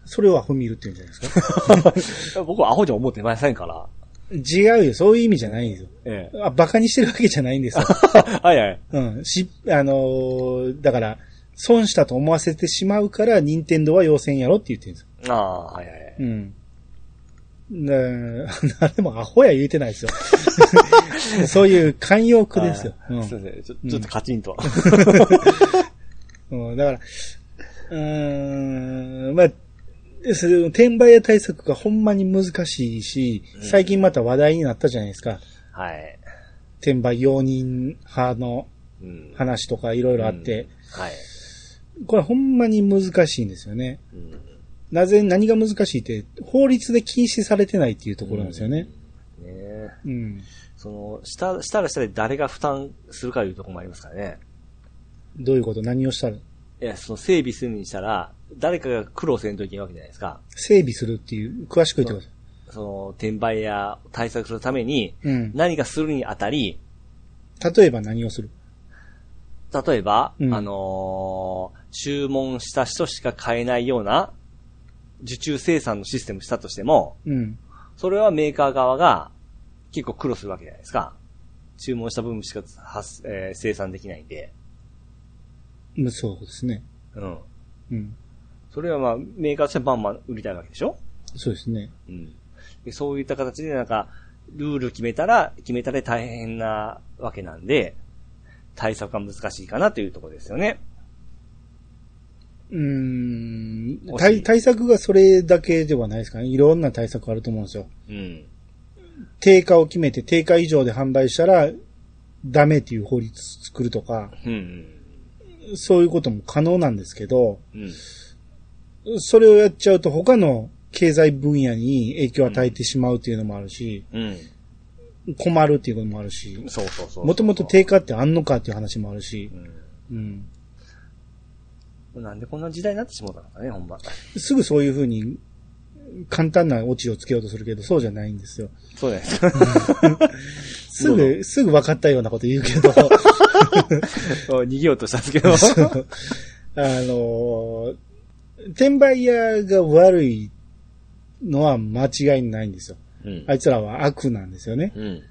Speaker 1: それをアホ見るって言うんじゃないですか。
Speaker 2: 僕はアホじゃ思ってませんから。
Speaker 1: 違うよ、そういう意味じゃないんですよ。
Speaker 2: え え。
Speaker 1: あ、バカにしてるわけじゃないん ですよ。
Speaker 2: はいはい。
Speaker 1: うん。し、あのーだから、損したと思わせてしまうから、任天堂は要戦やろって言ってるんですよ。
Speaker 2: ああ、はいはい。
Speaker 1: うん。な 誰もアホや言うてない ですよ。そういう慣用句ですよ。
Speaker 2: はいすいません。ちょちょっとカチ ンと。
Speaker 1: うん。うんだから、うーん、まあ、です転売屋対策がほんまに難しいし、最近また話題になったじゃないですか。
Speaker 2: はい。
Speaker 1: 転売容認派の
Speaker 2: うん。
Speaker 1: 話とかいろいろあって、
Speaker 2: はい。
Speaker 1: これほんまに難しいんですよね。
Speaker 2: うん。
Speaker 1: なぜ、何が難しいって、法律で禁止されてないっていうところなんですよね。
Speaker 2: ねえ。
Speaker 1: うん。
Speaker 2: その、した、したらしたで誰が負担するかいうところもありますからね。
Speaker 1: どういうこと何をしたら
Speaker 2: いや、その整備するにしたら、誰かが苦労せんといけないわけじゃないですか。
Speaker 1: 整備するっていう、詳しく言ってください。
Speaker 2: その、転売や対策するために、
Speaker 1: うん。
Speaker 2: 何かするにあたり、
Speaker 1: 例えば何をする
Speaker 2: 例えば、
Speaker 1: うん
Speaker 2: あのー注文した人しか買えないような、受注生産のシステムしたとしても、
Speaker 1: うん。
Speaker 2: それはメーカー側が結構苦労するわけじゃないですか。注文した分しか発、えー生産できないんで。
Speaker 1: うんそうですね。
Speaker 2: うん。
Speaker 1: うん。
Speaker 2: それはまあ、メーカーとしてバンバン売りたいわけでしょ
Speaker 1: そうですね。
Speaker 2: うん。でそういった形でなんか、ルール決めたら、決めたで大変なわけなんで、対策が難しいかなというところですよね。
Speaker 1: うーん
Speaker 2: 惜しい
Speaker 1: 対、対策がそれだけではないですかね。いろんな対策あると思うんですよ。
Speaker 2: うん。
Speaker 1: 定価を決めて、定価以上で販売したら、ダメっていう法律作るとか、
Speaker 2: うん。
Speaker 1: そういうことも可能なんですけど、
Speaker 2: うん。
Speaker 1: それをやっちゃうと他の経済分野に影響を与えてしまうっていうのもあるし、
Speaker 2: うん。
Speaker 1: 困るっていうこともあるし、
Speaker 2: そうそうそう。
Speaker 1: もともと定価ってあんのかっていう話もあるし
Speaker 2: う、
Speaker 1: うん、
Speaker 2: ん。なんでこんな時代になってしまったのかね、ほんま。
Speaker 1: すぐそういうふうに簡単なオチをつけようとするけど、そうじゃないんですよ。
Speaker 2: そうじゃない ですか。
Speaker 1: すぐ、すぐ分かったようなこと言うけど、あ
Speaker 2: 逃げようとしたんですけど。
Speaker 1: の転売屋が悪いのは間違いないんですよ。
Speaker 2: うん
Speaker 1: あいつらは悪なんですよね。
Speaker 2: うん。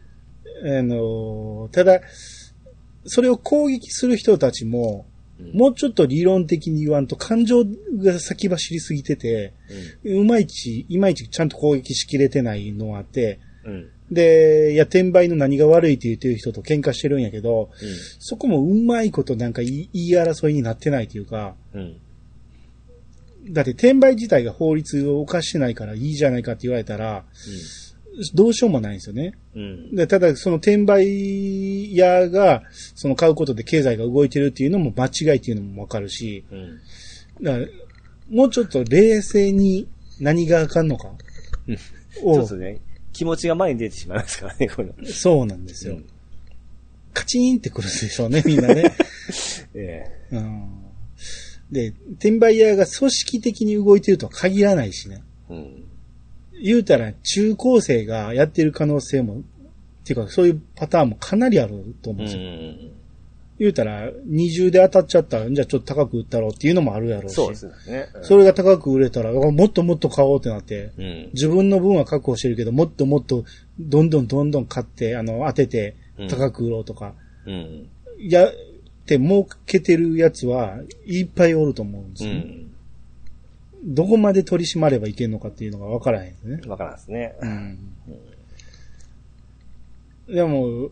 Speaker 1: あのただ、それを攻撃する人たちも、
Speaker 2: うん
Speaker 1: もうちょっと理論的に言わんと感情が先走りすぎてて、うまいち、いまいちちゃんと攻撃しきれてないのがあって、
Speaker 2: うん。うん。
Speaker 1: で、いや、転売の何が悪いって言ってる人と喧嘩してるんやけど、そこもうまいことなんか言い言い争いになってないというか、
Speaker 2: うん。
Speaker 1: だって転売自体が法律を犯してないからいいじゃないかって言われたら、どうしようもないんですよね。
Speaker 2: うん。
Speaker 1: でただ、その転売屋が、その買うことで経済が動いてるっていうのも間違いっていうのもわかるし、
Speaker 2: うん。
Speaker 1: だからもうちょっと冷静に何があかんのか
Speaker 2: うんちょ
Speaker 1: を
Speaker 2: っと、ね、気持ちが前に出てしまいますからね、こういうの。
Speaker 1: そうなんですよ。
Speaker 2: うん
Speaker 1: カチーンってくるでしょうね、みんなね。
Speaker 2: え
Speaker 1: うんで、転売屋が組織的に動いてるとは限らないしね。
Speaker 2: え。うん。
Speaker 1: 言うたら中高生がやってる可能性も、っていうかそういうパターンもかなりあると思うんで
Speaker 2: う
Speaker 1: すよ。
Speaker 2: ん。
Speaker 1: 言うたら二重で当たっちゃったら、じゃあちょっと高く売ったろうっていうのもあるやろうし。
Speaker 2: そうですね。
Speaker 1: それが高く売れたら、もっともっと買おうってなって、
Speaker 2: うん。
Speaker 1: 自分の分は確保してるけど、もっともっとどんどんどんどん買って、あの、当てて
Speaker 2: うん
Speaker 1: 高く売ろうとか、
Speaker 2: うん。
Speaker 1: やって儲けてるやつはいっぱいおると思うんです
Speaker 2: う
Speaker 1: よね。
Speaker 2: ん。
Speaker 1: どこまで取り締まればいけんのかっていうのが分からへんですね。
Speaker 2: わからんですね。
Speaker 1: うん。でも、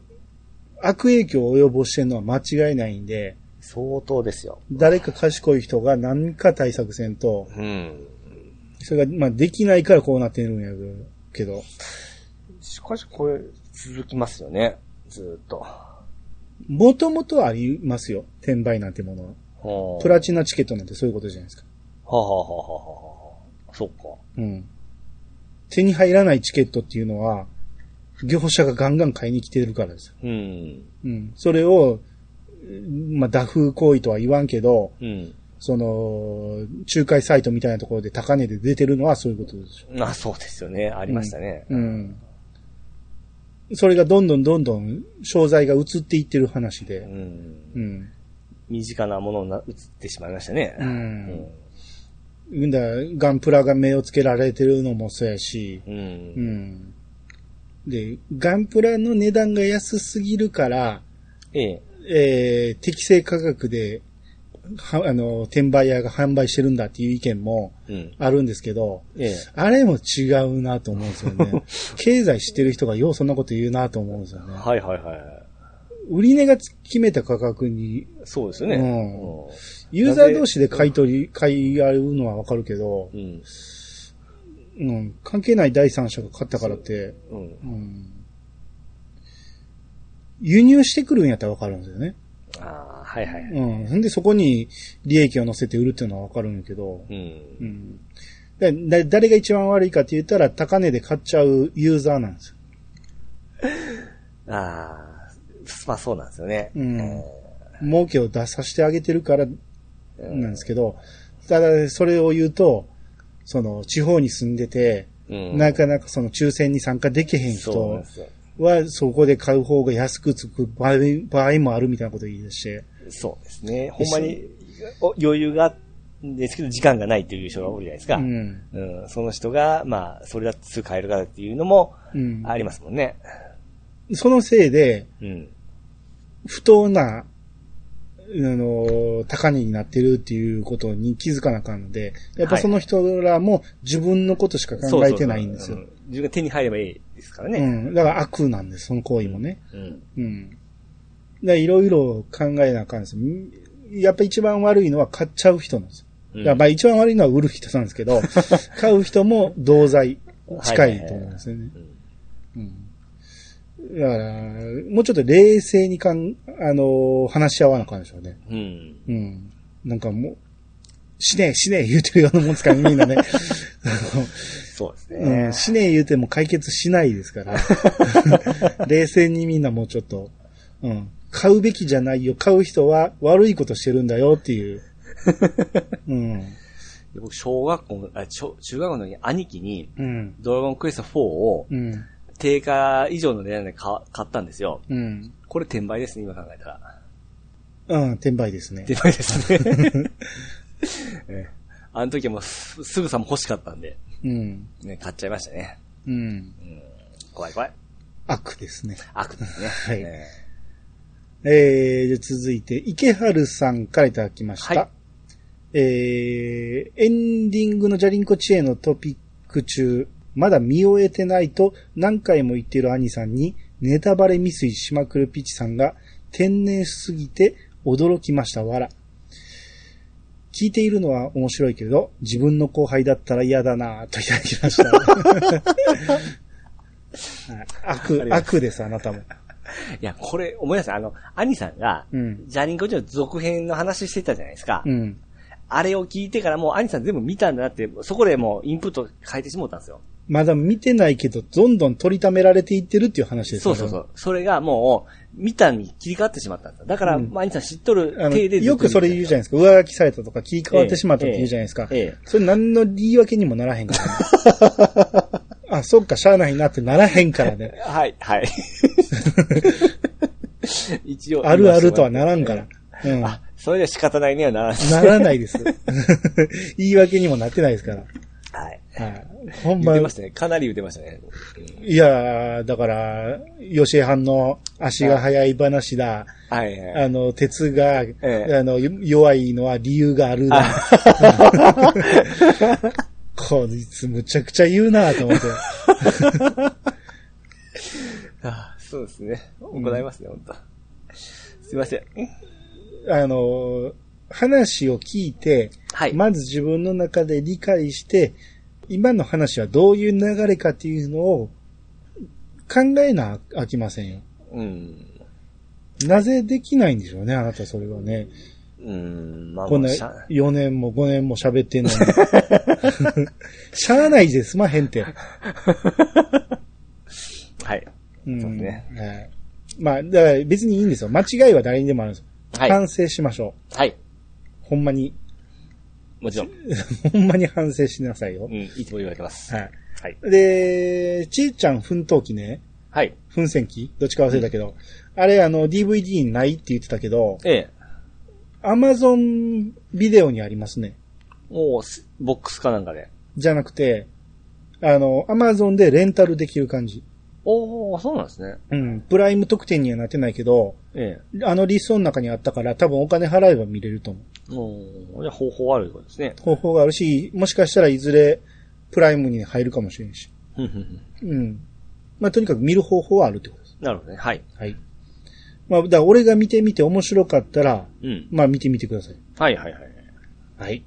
Speaker 1: 悪影響を及ぼしてるのは間違いないんで、
Speaker 2: 相当ですよ。
Speaker 1: 誰か賢い人が何か対策せんと、
Speaker 2: うん。
Speaker 1: それが、まあ、できないからこうなってるんやけど、
Speaker 2: しかしこれ、続きますよね。ずーっと。
Speaker 1: もともとありますよ。転売なんてものは。
Speaker 2: ほう
Speaker 1: プラチナチケットなんてそういうことじゃないですか。
Speaker 2: はあはあはあはあはあ。そっか。
Speaker 1: うん。手に入らないチケットっていうのは、業者がガンガン買いに来てるからですよ。
Speaker 2: うん。
Speaker 1: うん。それを、まあ、打風行為とは言わんけど、
Speaker 2: うん。
Speaker 1: その、仲介サイトみたいなところで高値で出てるのはそういうことでしょ。
Speaker 2: あ、そうですよね。ありましたね。
Speaker 1: うん。それがどんどんどんどん商材が移っていってる話
Speaker 2: う
Speaker 1: で。
Speaker 2: ん。
Speaker 1: うん。
Speaker 2: 身近なものにな移ってしまいましたね。
Speaker 1: うん。うんだ、ガンプラが目をつけられてるのもそうやし。
Speaker 2: うん。う。
Speaker 1: うんん。で、ガンプラの値段が安すぎるから、
Speaker 2: ええ。
Speaker 1: えー、適正価格で、は、あの、転売屋が販売してるんだっていう意見も
Speaker 2: うん。
Speaker 1: あるんですけど、
Speaker 2: ええ。
Speaker 1: あれも違うなと思うんですよね。経済知ってる人がようそんなこと言うなと思うんですよね。
Speaker 2: はいはいはい。
Speaker 1: 売り値が決めた価格に、
Speaker 2: そうですよね。
Speaker 1: うん
Speaker 2: うん
Speaker 1: ユーザー同士で買い取り、買い合うのはわかるけど
Speaker 2: う、ん。
Speaker 1: うん、関係ない第三者が買ったからって、
Speaker 2: うん。
Speaker 1: うん、輸入してくるんやったらわかるんですよね。
Speaker 2: ああ、はいはい。
Speaker 1: うん。ほんで、そこに利益を乗せて売るっていうのはわかるんやけど、
Speaker 2: うん。
Speaker 1: うん。でだ誰が一番悪いかって言ったら、高値で買っちゃうユーザーなんですよ。
Speaker 2: ああ、まあそうなんですよね。
Speaker 1: うん
Speaker 2: え
Speaker 1: 儲けを出させてあげてるから
Speaker 2: ーうん
Speaker 1: なんですけど、ただ、それを言うと、その、地方に住んでて、
Speaker 2: うん
Speaker 1: なかなかその抽選に参加できへん
Speaker 2: そうなん
Speaker 1: 人
Speaker 2: ですよ。
Speaker 1: は、そこで買う方が安くつく場合場合もあるみたいなこと言い出して、
Speaker 2: そうですね。ほんまにお余裕があるんですけど、時間がないという人が多いじゃないですか。
Speaker 1: う
Speaker 2: うん
Speaker 1: ん。
Speaker 2: その人が、まあ、それだってすぐ買えるからっていうのも
Speaker 1: うん。
Speaker 2: ありますもんね。
Speaker 1: そのせいで、
Speaker 2: うん。
Speaker 1: 不当な、あの、高値になってるっていうことに気づかなあかんので、やっぱその人らも自分のことしか考えてないんですよ
Speaker 2: そう。そうそううん自分が手に入ればいいですから
Speaker 1: う
Speaker 2: ね。
Speaker 1: ん。だから悪なんです、その行為もね。
Speaker 2: うん。
Speaker 1: うん。だからいろいろ考えなあかんですよ。んやっぱ一番悪いのは買っちゃう人なんですよ。
Speaker 2: うん
Speaker 1: だからまあ一番悪いのは売る人なんですけ ど、買う人も同罪近いと思うんですよね。
Speaker 2: うん
Speaker 1: うん。だから、もうちょっと冷静にかん、あの話し合わなあかんでしょうね。
Speaker 2: うん。
Speaker 1: うん。なんかもう、死ねえ、死ねえ言うてるようなもんですから、みん なね。
Speaker 2: そうです
Speaker 1: う
Speaker 2: ね
Speaker 1: ん、。死ねえ言うても解決しないです から。冷静にみんなもうちょっと、うん。買うべきじゃないよ。買う人は悪いことしてるんだよって いう。うん。
Speaker 2: 僕、小学校の、あ、小中学校の時に兄貴に、
Speaker 1: うん。
Speaker 2: ドラゴンクエスト4を
Speaker 1: うん。
Speaker 2: 定価以上の値段で買買ったんですよ。
Speaker 1: うん。
Speaker 2: これ転売ですね、今考えたら。
Speaker 1: うん、転売ですね
Speaker 2: 出。ないですね。 ええあの時はもうすすぐさま欲しかったんで、
Speaker 1: うん。
Speaker 2: ね、買っちゃいましたね。
Speaker 1: うん。
Speaker 2: 怖い怖い。
Speaker 1: 悪ですね。
Speaker 2: 悪ですね。
Speaker 1: はい
Speaker 2: え
Speaker 1: えー、じゃあ続いて、池春さんからいただきました。
Speaker 2: はい
Speaker 1: えー、エンディングのジャリンコ知恵のトピック中、まだ見終えてないと何回も言っている兄さんに、ネタバレ未遂しまくるピチさんが、天然すぎて驚きました、わら。聞いているのは面白いけれど、自分の後輩だったら嫌だなぁといただきました。 はい悪、悪です、あなたも。
Speaker 2: えいや、これ、思い出した。あの、兄さんが、
Speaker 1: うん
Speaker 2: ジャニンコジの続編の話してたじゃないですか。
Speaker 1: うん。
Speaker 2: あれを聞いてからもう兄さん全部見たんだなって、そこでもうインプット変えてしもうたんですよ。
Speaker 1: まだ見てないけど、どんどん取りためられていってるっていう話です
Speaker 2: そ
Speaker 1: よ
Speaker 2: う
Speaker 1: ね。
Speaker 2: そうそう。それがもう、見たに切り替わってしまったんですよ。だから、
Speaker 1: うん
Speaker 2: まあ兄さん知っとる
Speaker 1: あの
Speaker 2: 手でずっと
Speaker 1: よくそれ言うじゃないですか。上書きされたとか、切り替わってしまったって言うじゃないですか。
Speaker 2: ええええ
Speaker 1: それ何の言い訳にもならへんから、 ね。あ、そっか、しゃあないなってならへんからね。
Speaker 2: はい、はい。 一応。
Speaker 1: あるあるとはならんから。うん。
Speaker 2: あ、それでは仕方ないねはならん。
Speaker 1: ならないです。 言い訳にもなってないですから。
Speaker 2: はい。
Speaker 1: はい。ほん
Speaker 2: 言
Speaker 1: ま
Speaker 2: って、ましたね。かなり言ってましたね。
Speaker 1: いやーだから、吉江藩の足が速い話だ。
Speaker 2: はいはい。
Speaker 1: あの、鉄が、
Speaker 2: え
Speaker 1: あの、よ弱いのは理由があるな。 こいつむちゃくちゃ言うなと思って。
Speaker 2: あそうですね。行いますね、本当。すいません。
Speaker 1: あの、話を聞いて、
Speaker 2: はい。
Speaker 1: まず自分の中で理解して、今の話はどういう流れかっていうのを考えなあきませんよ。
Speaker 2: うん。
Speaker 1: なぜできないんでしょうね、あなたそれはね。
Speaker 2: うん、まあ、
Speaker 1: こんな
Speaker 2: もうしゃ
Speaker 1: 4年も5年も喋ってんのに。 しゃあないですまへんって。
Speaker 2: はい。
Speaker 1: うん
Speaker 2: そうですね
Speaker 1: はい。まあ、だから別にいいんですよ。間違いは誰にでもあるんですよ。
Speaker 2: はい。
Speaker 1: 反省しましょう。
Speaker 2: はい。
Speaker 1: ほんまに、
Speaker 2: もちろん。
Speaker 1: ほんまに反省しなさいよ
Speaker 2: うん、。いつも言われてます。
Speaker 1: は
Speaker 2: はい。
Speaker 1: い。で、ちーちゃん奮闘記ね、
Speaker 2: はい。
Speaker 1: 奮戦記どっちか忘れたけど、あれあの DVD にないって言ってたけど、
Speaker 2: ええ。
Speaker 1: Amazon ビデオにありますね。
Speaker 2: もうす、ボックスかなんかで。
Speaker 1: じゃなくて、あの、Amazon でレンタルできる感じ。
Speaker 2: おー、そうなんですね。
Speaker 1: うん。プライム特典にはなってないけど、
Speaker 2: え
Speaker 1: あのリストの中にあったから多分お金払えば見れると思う。
Speaker 2: え。おー、じゃあ方法あるってことですね。
Speaker 1: 方法があるし、もしかしたらいずれプライムに入るかもしれんし。
Speaker 2: ふんふんふん
Speaker 1: うん。まあ、とにかく見る方法はあるってことです。
Speaker 2: なるほどね。はい。
Speaker 1: はい。まあ、だから俺が見てみて面白かったら、
Speaker 2: うん。
Speaker 1: まあ見てみてください。
Speaker 2: はいはいは
Speaker 1: は
Speaker 2: い。
Speaker 1: い。